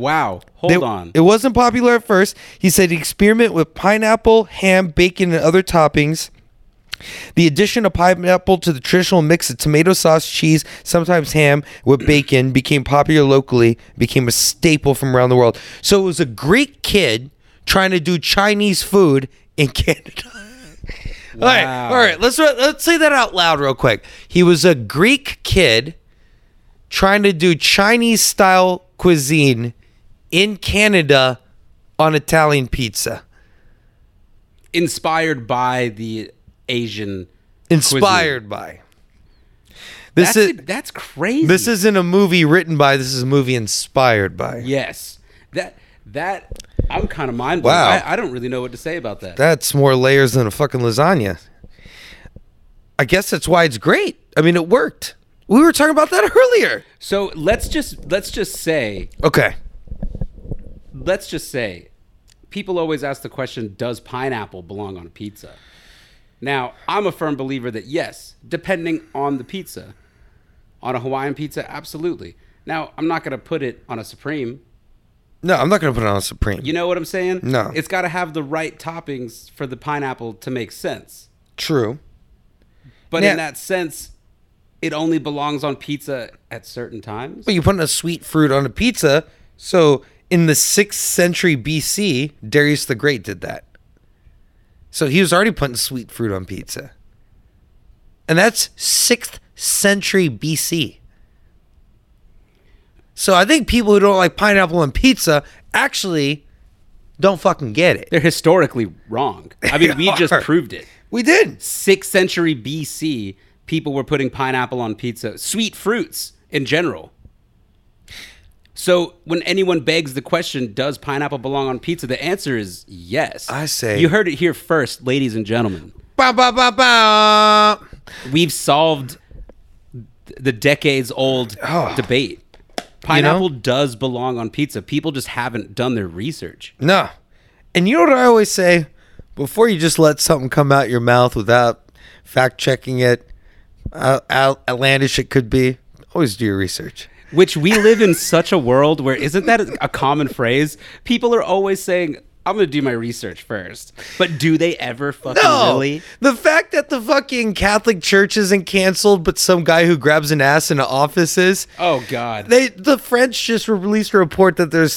Wow. Hold
They-
on.
It wasn't popular at first. He said he experimented with pineapple, ham, bacon, and other toppings. The addition of pineapple to the traditional mix of tomato sauce, cheese, sometimes ham with bacon became popular locally, became a staple from around the world. So it was a Greek kid trying to do Chinese food in Canada. All right,
Wow.
all right. Let's let's say that out loud real quick. He was a Greek kid trying to do Chinese style cuisine in Canada on Italian pizza.
Inspired by the Asian.
Inspired by. This
That's,
is
it- that's crazy.
this isn't a movie written by. This is a movie inspired by.
Yes. That that I'm kind of mind blown.
Wow.
I, I don't really know what to say about that.
That's more layers than a fucking lasagna. I guess that's why it's great. I mean, it worked. We were talking about that earlier.
So let's just let's just say
Okay.
let's just say people always ask the question does pineapple belong on a pizza now i'm a firm believer that yes depending on the pizza on a hawaiian pizza absolutely now i'm not going to put it on a supreme
No, I'm not going to put it on Supreme.
you know what i'm saying
No.
it's got to have the right toppings for the pineapple to make sense
True.
but
Yeah.
in that sense it only belongs on pizza at certain times
But you put in a sweet fruit on a pizza. So in the sixth century BC, Darius the Great did that. So he was already putting sweet fruit on pizza. And that's sixth century BC. So I think people who don't like pineapple on pizza actually don't fucking get it.
they're historically wrong i mean we just
are.
proved it
We did.
sixth century BC, people were putting pineapple on pizza, sweet fruits in general. So when anyone begs the question, does pineapple belong on pizza? The answer is yes.
I say-
you heard it here first, ladies and gentlemen.
Ba ba ba ba.
We've solved th- the decades old
Oh.
debate. Pineapple does belong on pizza. People just haven't done their research.
No. And you know what I always say? Before you just let something come out your mouth without fact checking it, how how outlandish it could be, always do your research.
Which we live in such a world where isn't that a common phrase? People are always saying, "I'm going to do my research first. but do they ever fucking really?
The fact that the fucking Catholic Church isn't canceled, but some guy who grabs an ass in an office is.
Oh God!
They the French just released a report that there's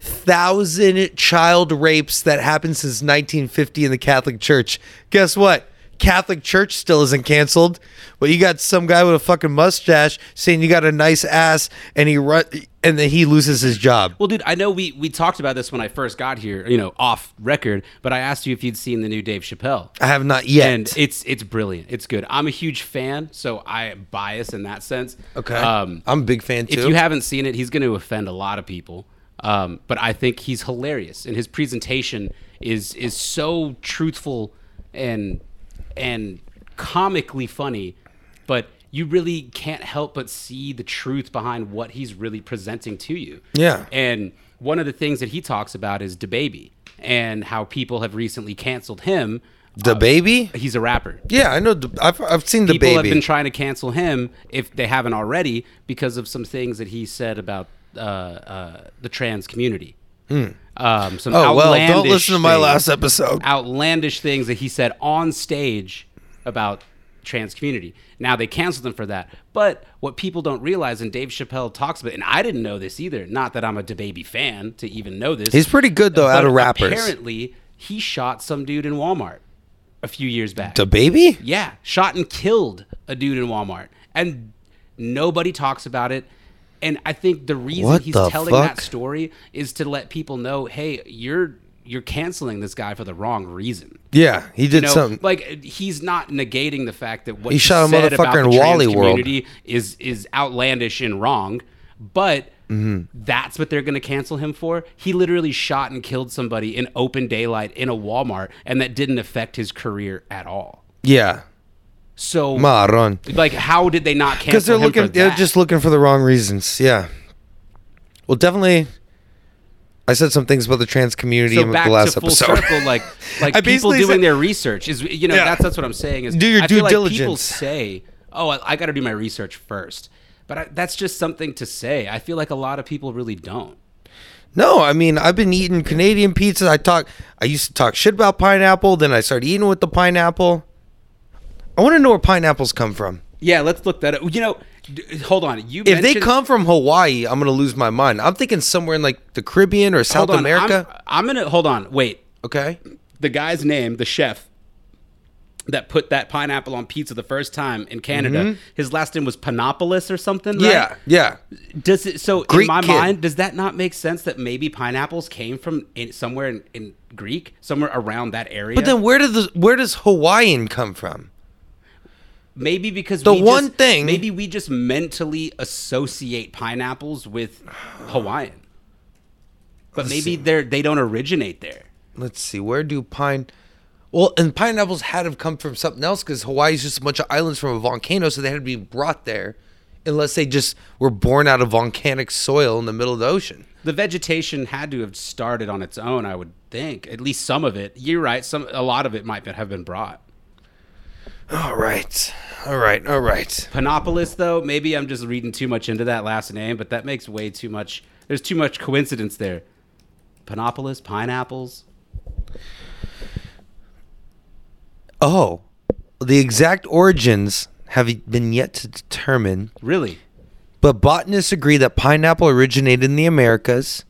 300,000 child rapes that happened since 1950 in the Catholic Church. Guess what? Catholic Church still isn't canceled, but you got some guy with a fucking mustache saying you got a nice ass, and he run, and then he loses his job.
well, dude, I know we we talked about this when I first got here, you know, off record. But I asked you if you'd seen the new Dave Chappelle,
I have not yet.
and it's it's brilliant. It's good. I'm a huge fan, so I am biased in that sense.
okay,
Um,
I'm a big fan too.
if you haven't seen it, he's going to offend a lot of people. Um, but I think he's hilarious, and his presentation is is so truthful and and comically funny. But you really can't help but see the truth behind what he's really presenting to you.
Yeah.
And one of the things that he talks about is DaBaby and how people have recently canceled him.
the baby?
He's a rapper
Yeah, I know. the- I've I've seen the
uh, people have
baby.
been trying to cancel him if they haven't already because of some things that he said about uh, uh, the trans community. Um, some
Hmm. oh well, don't
outlandish
listen to my
things-
last episode.
Outlandish things that he said on stage about trans community. Now they canceled him for that. But what people don't realize, and Dave Chappelle talks about, and I didn't know this either. Not that I'm a DaBaby fan to even know this.
He's pretty good though, out
but
of rappers.
Apparently, he shot some dude in Walmart a few years back.
The baby?
Yeah, shot and killed a dude in Walmart, and nobody talks about it. And I think the reason
What
he's
the
telling
fuck?
that story is to let people know, hey, you're you're canceling this guy for the wrong reason.
Yeah, he did
You know,
something.
like he's not negating the fact that what
He
he,
shot a
said about
motherfucker
the
in
trans
Wally World.
community is is outlandish and wrong, but
Mm-hmm.
that's what they're going to cancel him for. He literally shot and killed somebody in open daylight in a Walmart, and that didn't affect his career at all.
yeah,
So
Maron.
like, how did they not cancel?
Because they're
him
looking,
for
they're
that?
just looking for the wrong reasons. Yeah. Well, definitely. I said some things about the trans community
so
in
back
the last
to full
episode.
circle. Like, like
I
people
basically
doing
said-
their research is you know
Yeah.
that's that's what I'm saying is
Do your
I
due
feel like People
diligence.
say, oh, I, I got to do my research first, but I, that's just something to say. I feel like a lot of people really don't.
no, I mean I've been eating Canadian pizza. I talk. I used to talk shit about pineapple. Then I started eating with the pineapple. I want to know where pineapples come from.
Yeah, let's look that up. You know, d- hold on. You
If they
mentioned-
come from Hawaii, I'm gonna lose my mind. I'm thinking somewhere in like the Caribbean or South
hold on,
America.
I'm, I'm gonna hold on. Wait,
okay.
the guy's name, the chef that put that pineapple on pizza the first time in Canada. His last name was Panopoulos or something. right?
Yeah. Yeah.
Does it so
Greek
in my
kid.
mind? Does that not make sense that maybe pineapples came from in, somewhere in, in Greek, somewhere around that area?
But then where did the where does Hawaiian come from?
maybe because
the
we
one
just-
thing-
maybe we just mentally associate pineapples with Hawaiian. But maybe they're they don't originate there.
Let's see. Where do pine? Well, and pineapples had to have come from something else because Hawaii's just a bunch of islands from a volcano, so they had to be brought there, unless they just were born out of volcanic soil in the middle of the ocean.
The vegetation had to have started on its own, I would think. At least some of it. You're right. Some a lot of it might have been brought.
All right, all right, all right.
Panopoulos, though, maybe I'm just reading too much into that last name, but that makes way too much. There's too much coincidence there. Panopoulos, pineapples.
Oh, the exact origins have been yet to determine,
Really?
but botanists agree that pineapple originated in the Americas.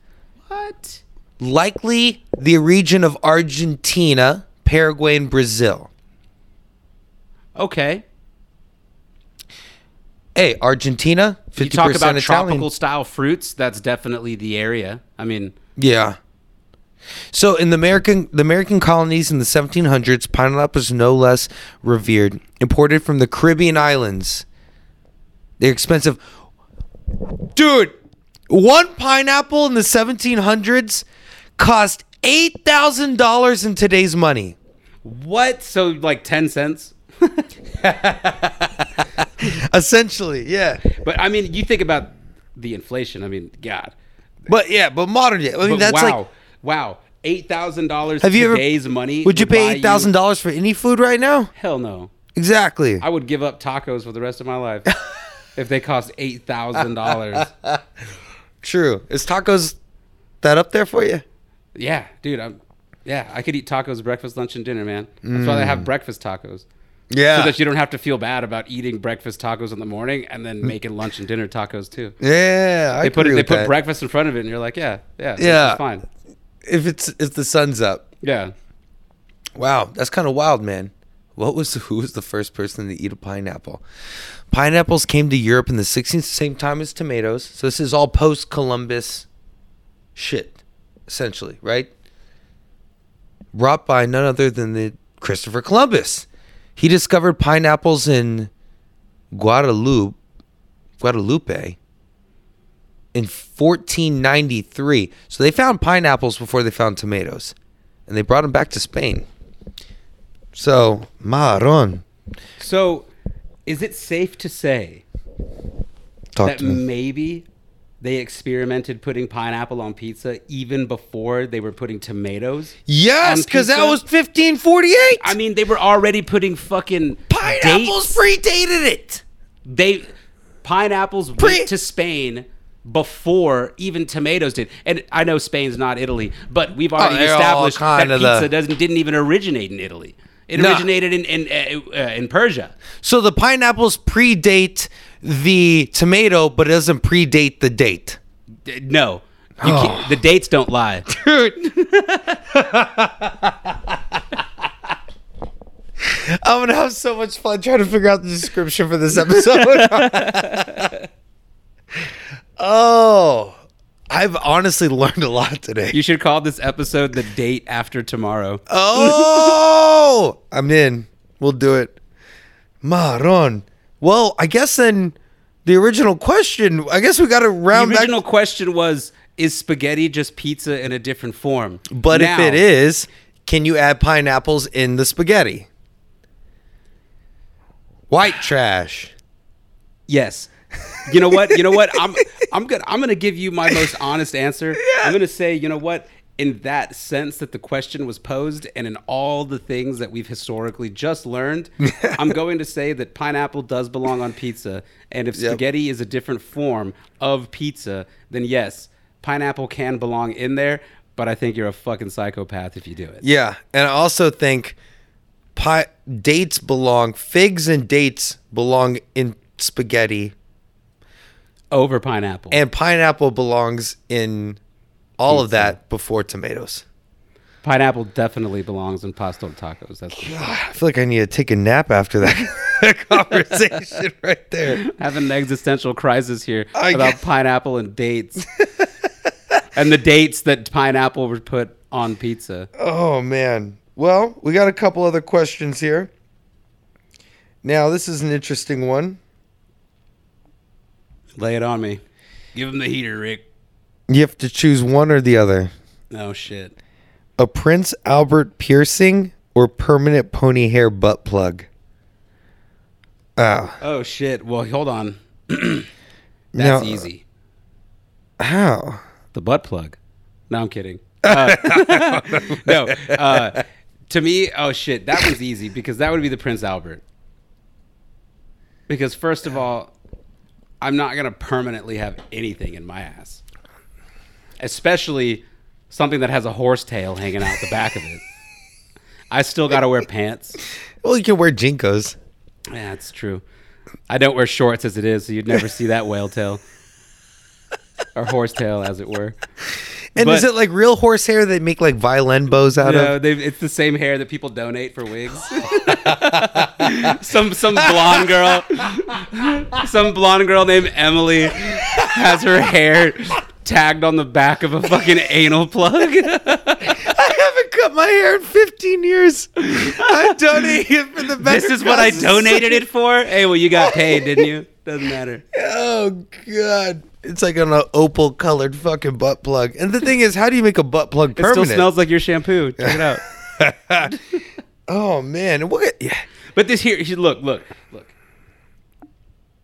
What?
likely the region of Argentina, Paraguay, and Brazil.
Okay.
Hey, Argentina,
You
fifty
talk
percent
about
Italian.
tropical style fruits. That's definitely the area. I mean,
Yeah. So in the American the American colonies in the 1700s, pineapple was no less revered, imported from the Caribbean islands. They're expensive. Dude, one pineapple in the 1700s cost $8,000 in today's money.
what? So like ten cents.
Essentially, yeah.
But I mean, you think about the inflation. I mean, God.
But yeah, but modern day. I mean
But
that's
wow,
like
wow, eight thousand dollars.
Have you ever-
today's money?
Would you
to buy
pay eight thousand dollars for any food right now?
Hell no.
Exactly.
I would give up tacos for the rest of my life if they cost eight thousand dollars.
True. Is tacos that up there for you?
Yeah, dude. I'm. Yeah, I could eat tacos breakfast, lunch, and dinner, man. That's why they have breakfast tacos.
Yeah.
So that you don't have to feel bad about eating breakfast tacos in the morning and then making lunch and dinner tacos too.
yeah.
They put it, they put breakfast in front of it, and you're like, yeah, yeah, this is
Yeah.
fine.
if it's if the sun's up.
Yeah,
Wow, that's kind of wild, man. What was who was the first person to eat a pineapple? Pineapples came to Europe in the 16th, same time as tomatoes. So this is all post Columbus shit, essentially, right? Brought by none other than the Christopher Columbus. He discovered pineapples in Guadeloupe, Guadalupe in 1493. So they found pineapples before they found tomatoes, and they brought them back to Spain. So Maron,
So, is it safe to say
talk
that
to me.
maybe they experimented putting pineapple on pizza even before they were putting tomatoes?
Yes,
on
because that
pizza?
was 1548.
I mean, they were already putting fucking
pineapples
dates.
predated it.
They pineapples
Pre-
went to Spain before even tomatoes did. And I know Spain's not Italy, but we've already
Oh, they're all
established that
kind of the-
pizza doesn't didn't even originate in Italy. It
No.
originated in in, uh, uh, in Persia.
So the pineapples predate the tomato, but it doesn't predate the date.
D- No. You
Oh.
can't, the dates don't lie.
Dude. I'm gonna have so much fun trying to figure out the description for this episode. oh, I've honestly learned a lot today.
You should call this episode the date after tomorrow.
Oh, I'm in. We'll do it. Maron. Well, I guess then the original question. I guess we got to round
The
back.
original question was Is spaghetti just pizza in a different form?
But
Now-
if it is, can you add pineapples in the spaghetti? White trash.
Yes. You know what? You know what? I'm I'm gonna I'm gonna give you my most honest answer. I'm gonna say, you know what? In that sense that the question was posed, and in all the things that we've historically just learned, I'm going to say that pineapple does belong on pizza. And if
Yep.
spaghetti is a different form of pizza, then yes, pineapple can belong in there. But I think you're a fucking psychopath if you do it.
Yeah, and I also think pi- dates belong. Figs and dates belong in spaghetti,
Over pineapple.
and pineapple belongs in all of that before tomatoes.
Pineapple definitely belongs in pasta and tacos. That's for sure.
I feel like I need to take a nap after that conversation right there.
having an existential crisis here
I
about
guess-
pineapple and dates, and the dates that pineapple were put on pizza.
Oh man. Well, we got a couple other questions here. Now, this is an interesting one.
Lay it on me. Give him the heater, Rick.
You have to choose one or the other.
Oh shit.
A Prince Albert piercing or permanent pony hair butt plug. Oh,
Oh shit. Well, hold on.
Now-
That's easy.
how?
The butt plug. No, I'm kidding. Uh, no. Uh, to me, oh shit, that was easy because that would be the Prince Albert. Because first of all, I'm not gonna permanently have anything in my ass, especially something that has a horse tail hanging out the back of it. I still gotta wear pants.
Well, you can wear jinkos.
Yeah, that's true. I don't wear shorts as it is, so you'd never see that whale tail or horse tail, as it were.
And is
But-
it like real horse hair they make like violin bows out
No,
of?
they it's the same hair that people donate for wigs. some some blonde girl, some blonde girl named Emily has her hair tagged on the back of a fucking anal plug.
I haven't cut my hair in 15 years. I'm donating it for the best.
this is what I donated it for. Hey, well, you got paid, didn't you? Doesn't matter.
Oh god. It's like an opal colored fucking butt plug. And the thing is, how do you make a butt plug
It still
permanent?
smells like your shampoo. Check it out.
oh man. What yeah.
But this here, here- look, look, look.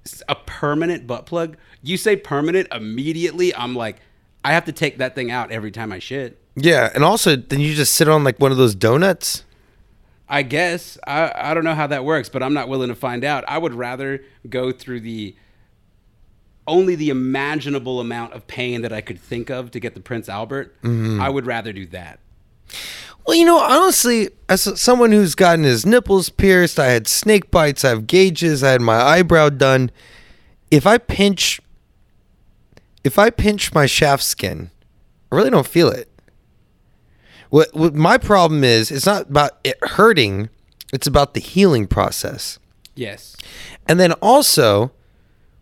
S- A permanent butt plug. You say permanent immediately. I'm like, I have to take that thing out every time I shit.
Yeah, and also then you just sit on like one of those donuts.
I guess I I don't know how that works, but I'm not willing to find out. I would rather go through the only the imaginable amount of pain that I could think of to get the Prince Albert. I would rather do that.
Well, you know, honestly, as someone who's gotten his nipples pierced, I had snake bites, I have gauges, I had my eyebrow done. If I pinch if I pinch my shaft skin, I really don't feel it. What, what my problem is, it's not about it hurting, it's about the healing process.
Yes.
And then also,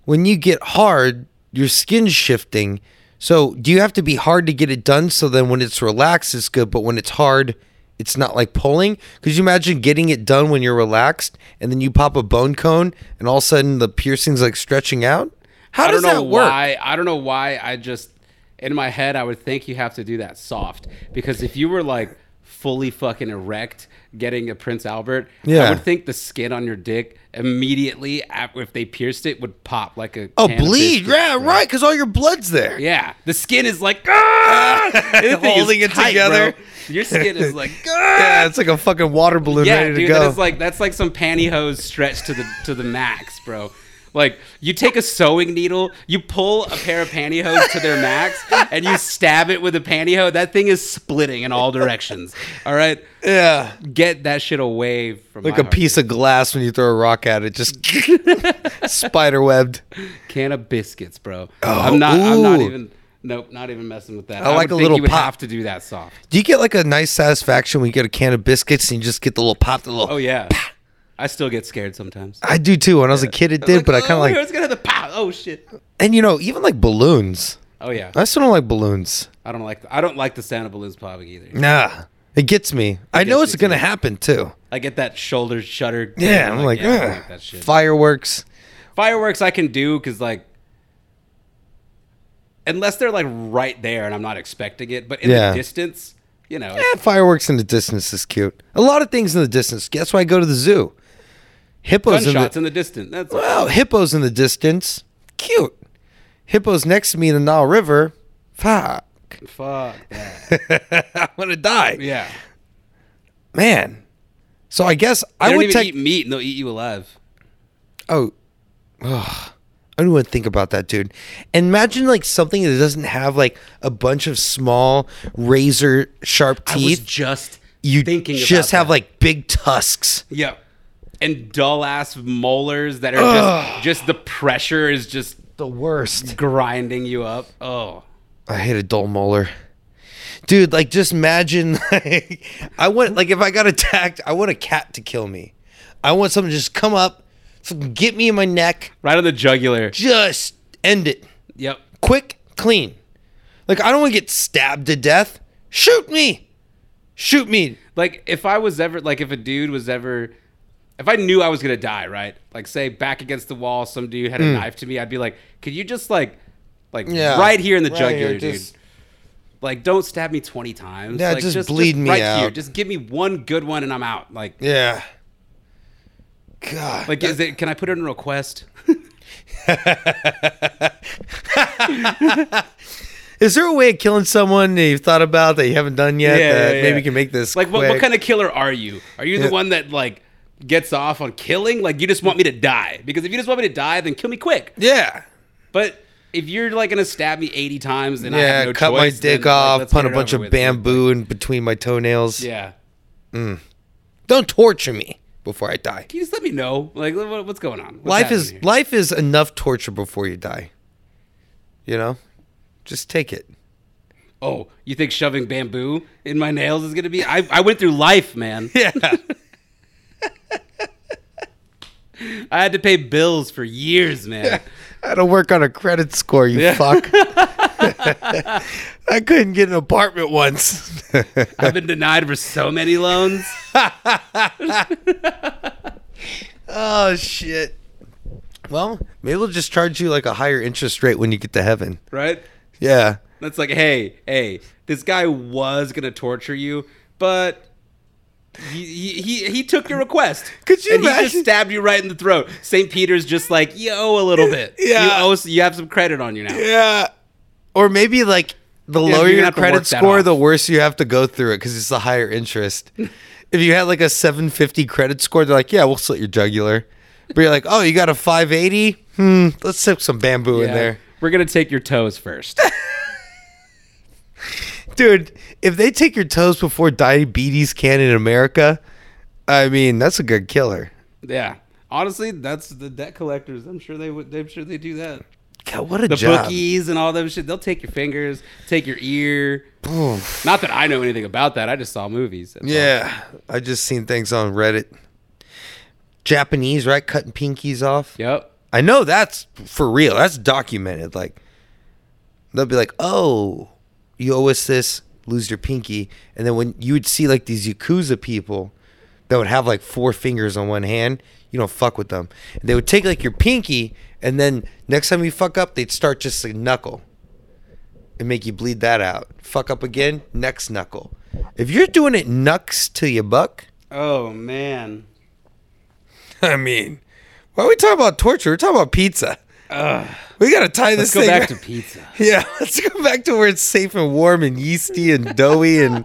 when you get hard, your skin's shifting. So, do you have to be hard to get it done? So then, when it's relaxed, it's good. But when it's hard, it's not like pulling. Could you imagine getting it done when you're relaxed, and then you pop a bone cone, and all of a sudden the piercing's like stretching out? How
I
does
don't know
that work?
why. I don't know why. I just in my head I would think you have to do that soft because if you were like fully fucking erect getting a Prince Albert,
Yeah.
I would think the skin on your dick immediately ap- if they pierced it would pop like a
Oh,
can of
bleed.
biscuits.
Yeah, right. Because all your blood's there.
Yeah, the skin is like ah, Everything is
Holding it
tight,
together.
bro. Your skin is like
Yeah,
ah.
it's like a fucking water balloon
Yeah,
ready to
dude,
go.
that is like that's like some pantyhose stretched to the to the max, bro. Like you take a sewing needle, you pull a pair of pantyhose to their max, and you stab it with a pantyhose. That thing is splitting in all directions. All right,
yeah.
get that shit away from
Like a piece of glass when you throw a rock at it, just spider webbed.
can of biscuits, bro. I'm not. I'm not
Oh, ooh.
even. Nope, not even messing with that.
I like
would
a
think
little
You would
pop.
have to do that soft.
Do you get like a nice satisfaction when you get a can of biscuits and you just get the little pop, the little?
Oh yeah, I still get scared sometimes.
I do too. When I was a kid, it did, but I
"Oh,
kind of like,
It's gonna have the pow. Oh shit.
and you know, even like balloons.
Oh yeah.
I still don't like balloons.
I don't like. I don't like the sound of balloons popping either.
Nah, it gets me. I know
gets
it's
you
gonna happen too.
I get that shoulder shudder.
Yeah, I'm like,
yeah, I don't
ugh.
like that shit.
fireworks.
Fireworks I can do because like, unless they're like right there and I'm not expecting it, but in
Yeah.
the distance, you know,
Eh, fireworks in the distance is cute. A lot of things in the distance. That's why I go to the zoo. Hippos in the
gunshots in the distance. That's
Well, hippos in the distance. Cute. Hippos next to me in the Nile River. Fuck.
fuck. That.
I'm gonna die.
Yeah,
Man. So I guess
they
I
don't
would
even
take
eat meat and they'll eat you alive.
Oh. Ugh. I don't want to think about that, dude. And imagine like something that doesn't have like a bunch of small razor sharp
I was
teeth.
just
you
thinking
just
about
have
that.
like big tusks.
yeah, and dull ass molars that are just just the pressure is just
The worst.
grinding you up. Oh.
I hate a dull molar. Dude, like just imagine like I want like if I got attacked, I want a cat to kill me. I want someone to just come up, fucking get me in my neck,
Right on the jugular.
just end it.
Yep.
quick, clean. Like I don't want to get stabbed to death. Shoot me, shoot me.
Like if I was ever like if a dude was ever if I knew I was gonna die, right? Like say back against the wall, some dude had a knife to me, I'd be like, Could you just like like
Hmm. Yeah.
right here in the
Right
jugular,
here,
dude.
just-
Like, don't stab me twenty times.
Yeah,
like,
just bleed me
right Here.
out.
Just give me one good one, and I'm out. Like,
Yeah. God.
like is it? Can I put in a request?
Is there a way of killing someone that you've thought about that you haven't done yet
Yeah,
that
yeah,
maybe
yeah.
can make this
like, what,
quick?
what kind of killer are you? Are you the
Yeah.
one that like gets off on killing? Like, you just want me to die? Because if you just want me to die, then kill me quick.
Yeah.
But if you're like gonna stab me eighty times, then I
Yeah,
have no
cut
choice,
my
then,
dick
like,
off,
let's
put a
get it
bunch
over
of
with.
bamboo in between my toenails.
Yeah.
Don't torture me before I die.
Can you just let me know? Like, what, what's going on? What's
life is
happening here?
life is enough torture before you die. You know? Just take it.
Oh, you think shoving bamboo in my nails is gonna be? I, I went through life, man.
Yeah.
I had to pay bills for years, man.
I had to work on a credit score, you
Yeah.
fuck. I couldn't get an apartment once.
I've been denied for so many loans.
oh shit. Well, maybe we'll just charge you like a higher interest rate when you get to heaven.
Right?
Yeah.
That's like, hey, hey, this guy was gonna torture you, but he he, he, he took your request.
Could you
and He
imagine?
just stabbed you right in the throat. St. Peter's just like, you owe a little bit.
Yeah.
you owe. s- You have some credit on you now.
Yeah. Or maybe like the
you're
lower
gonna
your
have to work
credit
that
score,
off.
the worse you have to go through it because it's the higher interest. if you had like a 750 credit score, they're like, yeah, we'll slit your jugular. But you're like, oh, you got a 580? Hmm, let's stick some bamboo in
Yeah.
there.
We're gonna take your toes first.
Dude, if they take your toes before diabetes can in America, I mean, that's a good killer.
yeah. Honestly, that's the debt collectors. I'm sure they would. I'm sure they do that.
God, what a
The
job.
bookies and all them shit. They'll take your fingers, take your ear.
Oof.
Not that I know anything about that. I just saw movies. That's all.
Yeah, I just seen things on Reddit. Japanese, right? Cutting pinkies off.
Yep.
I know that's for real. That's documented. Like they'll be like, "Oh, you owe us this. Lose your pinky." And then when you would see like these yakuza people that would have like four fingers on one hand, you don't fuck with them. And they would take like your pinky, and then next time you fuck up, they'd start just a knuckle and make you bleed that out. Fuck up again, next knuckle. If you're doing it knucks to your buck,
Oh man.
I mean, why are we talking about torture? We're talking about pizza.
Ugh.
We gotta tie
Let's
this
go
thing.
back to pizza.
Yeah, let's go back to where it's safe and warm and yeasty and doughy and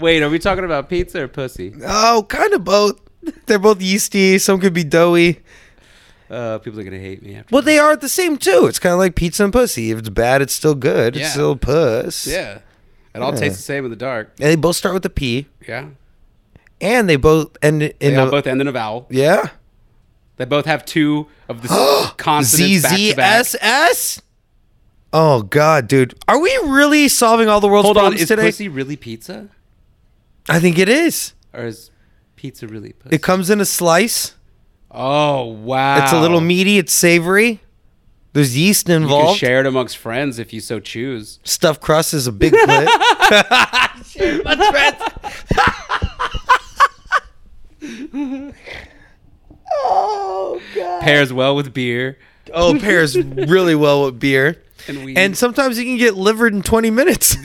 Wait, are we talking about pizza or pussy?
oh, kind of both. They're both yeasty. Some could be doughy.
Uh, people are gonna hate me after.
Well, they are the same too. It's kind of like pizza and pussy. If it's bad, it's still good.
Yeah.
It's still puss.
Yeah. It all tastes the same in the dark.
And they both start with a P,
Yeah.
and they both end in
They
a
all both end in a vowel.
yeah.
They both have two of the s- consonants back to back.
ZZSS? Oh God, dude, are we really solving all the world's
Hold on,
problems
is
today?
pussy really pizza,
I think it is.
or is pizza really pussy?
It comes in a slice.
oh wow!
It's a little meaty. It's savory. There's yeast
You can
involved.
share it amongst friends if you so choose.
Stuffed crust is a big clit. oh god.
Pairs well with beer.
Oh, pairs really well with beer.
And weed.
And sometimes you can get livered in 20 minutes.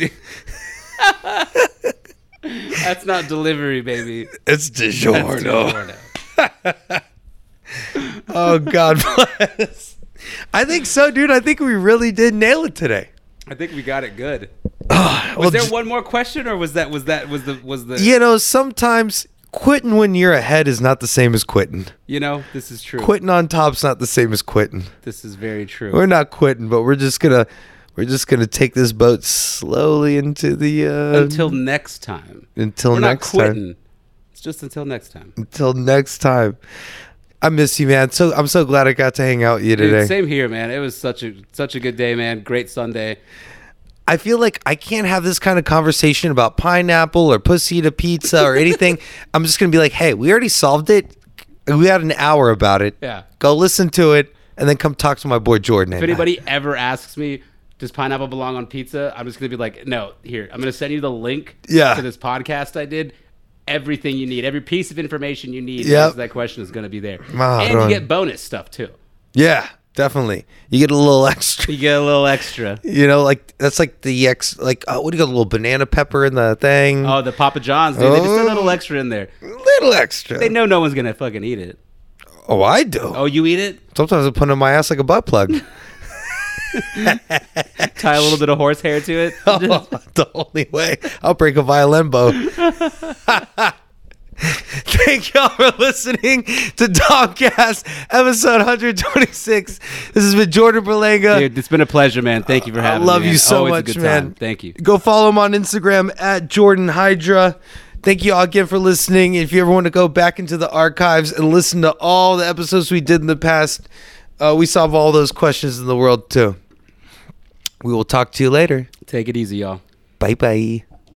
That's not delivery, baby.
it's
That's
DiGiorno.
DiGiorno.
Oh god bless. I think so, dude. I think we really did nail it today.
I think we got it good.
Well,
Was there
j-
one more question, or was that was that was the was the
you know, sometimes quitting when you're ahead is not the same as quitting.
you know this is true.
Quitting on top's not the same as quitting.
This is very true.
We're not quitting, but we're just gonna we're just gonna take this boat slowly into the uh,
until next time.
until
We're
next
not
time.
quitting. It's just until next time.
Until next time. I miss you, man. So I'm so glad I got to hang out with you
Dude,
today.
same here, man. It was such a such a good day, man. Great Sunday.
I feel like I can't have this kind of conversation about pineapple or pussy to pizza or anything. I'm just gonna be like, hey, we already solved it. We had an hour about it.
Yeah.
Go listen to it and then come talk to my boy Jordan.
If anybody ever asks me, does pineapple belong on pizza? I'm just gonna be like, no. Here, I'm gonna send you the link
Yeah.
to this podcast I did. Everything you need, every piece of information you need to
Yep.
answer that question is gonna be there,
Wow,
and
bro.
you get bonus stuff too.
Yeah. definitely. You get a little extra.
You get a little extra.
You know, like that's like the ex, like oh, what do you got? A little banana pepper in the thing.
Oh, the Papa John's, dude. They just put a
Oh.
little extra in there.
little extra.
They know no one's gonna fucking eat it.
Oh, I do.
Oh, you eat it?
Sometimes I put it in my ass like a butt plug.
Tie a little bit of horsehair to it.
oh, the only way. I'll break a violin bow. Thank y'all for listening to Domcast episode 126. This has been Jordan Berlanga.
Dude, it's been a pleasure, man. Thank you for having me.
love
man.
you so
Always a
much,
good
man.
Time. Thank you.
Go follow him on Instagram at Jordan Hydra. Thank you all again for listening. If you ever want to go back into the archives and listen to all the episodes we did in the past, uh, we solve all those questions in the world too. We will talk to you later.
Take it easy, y'all.
Bye bye.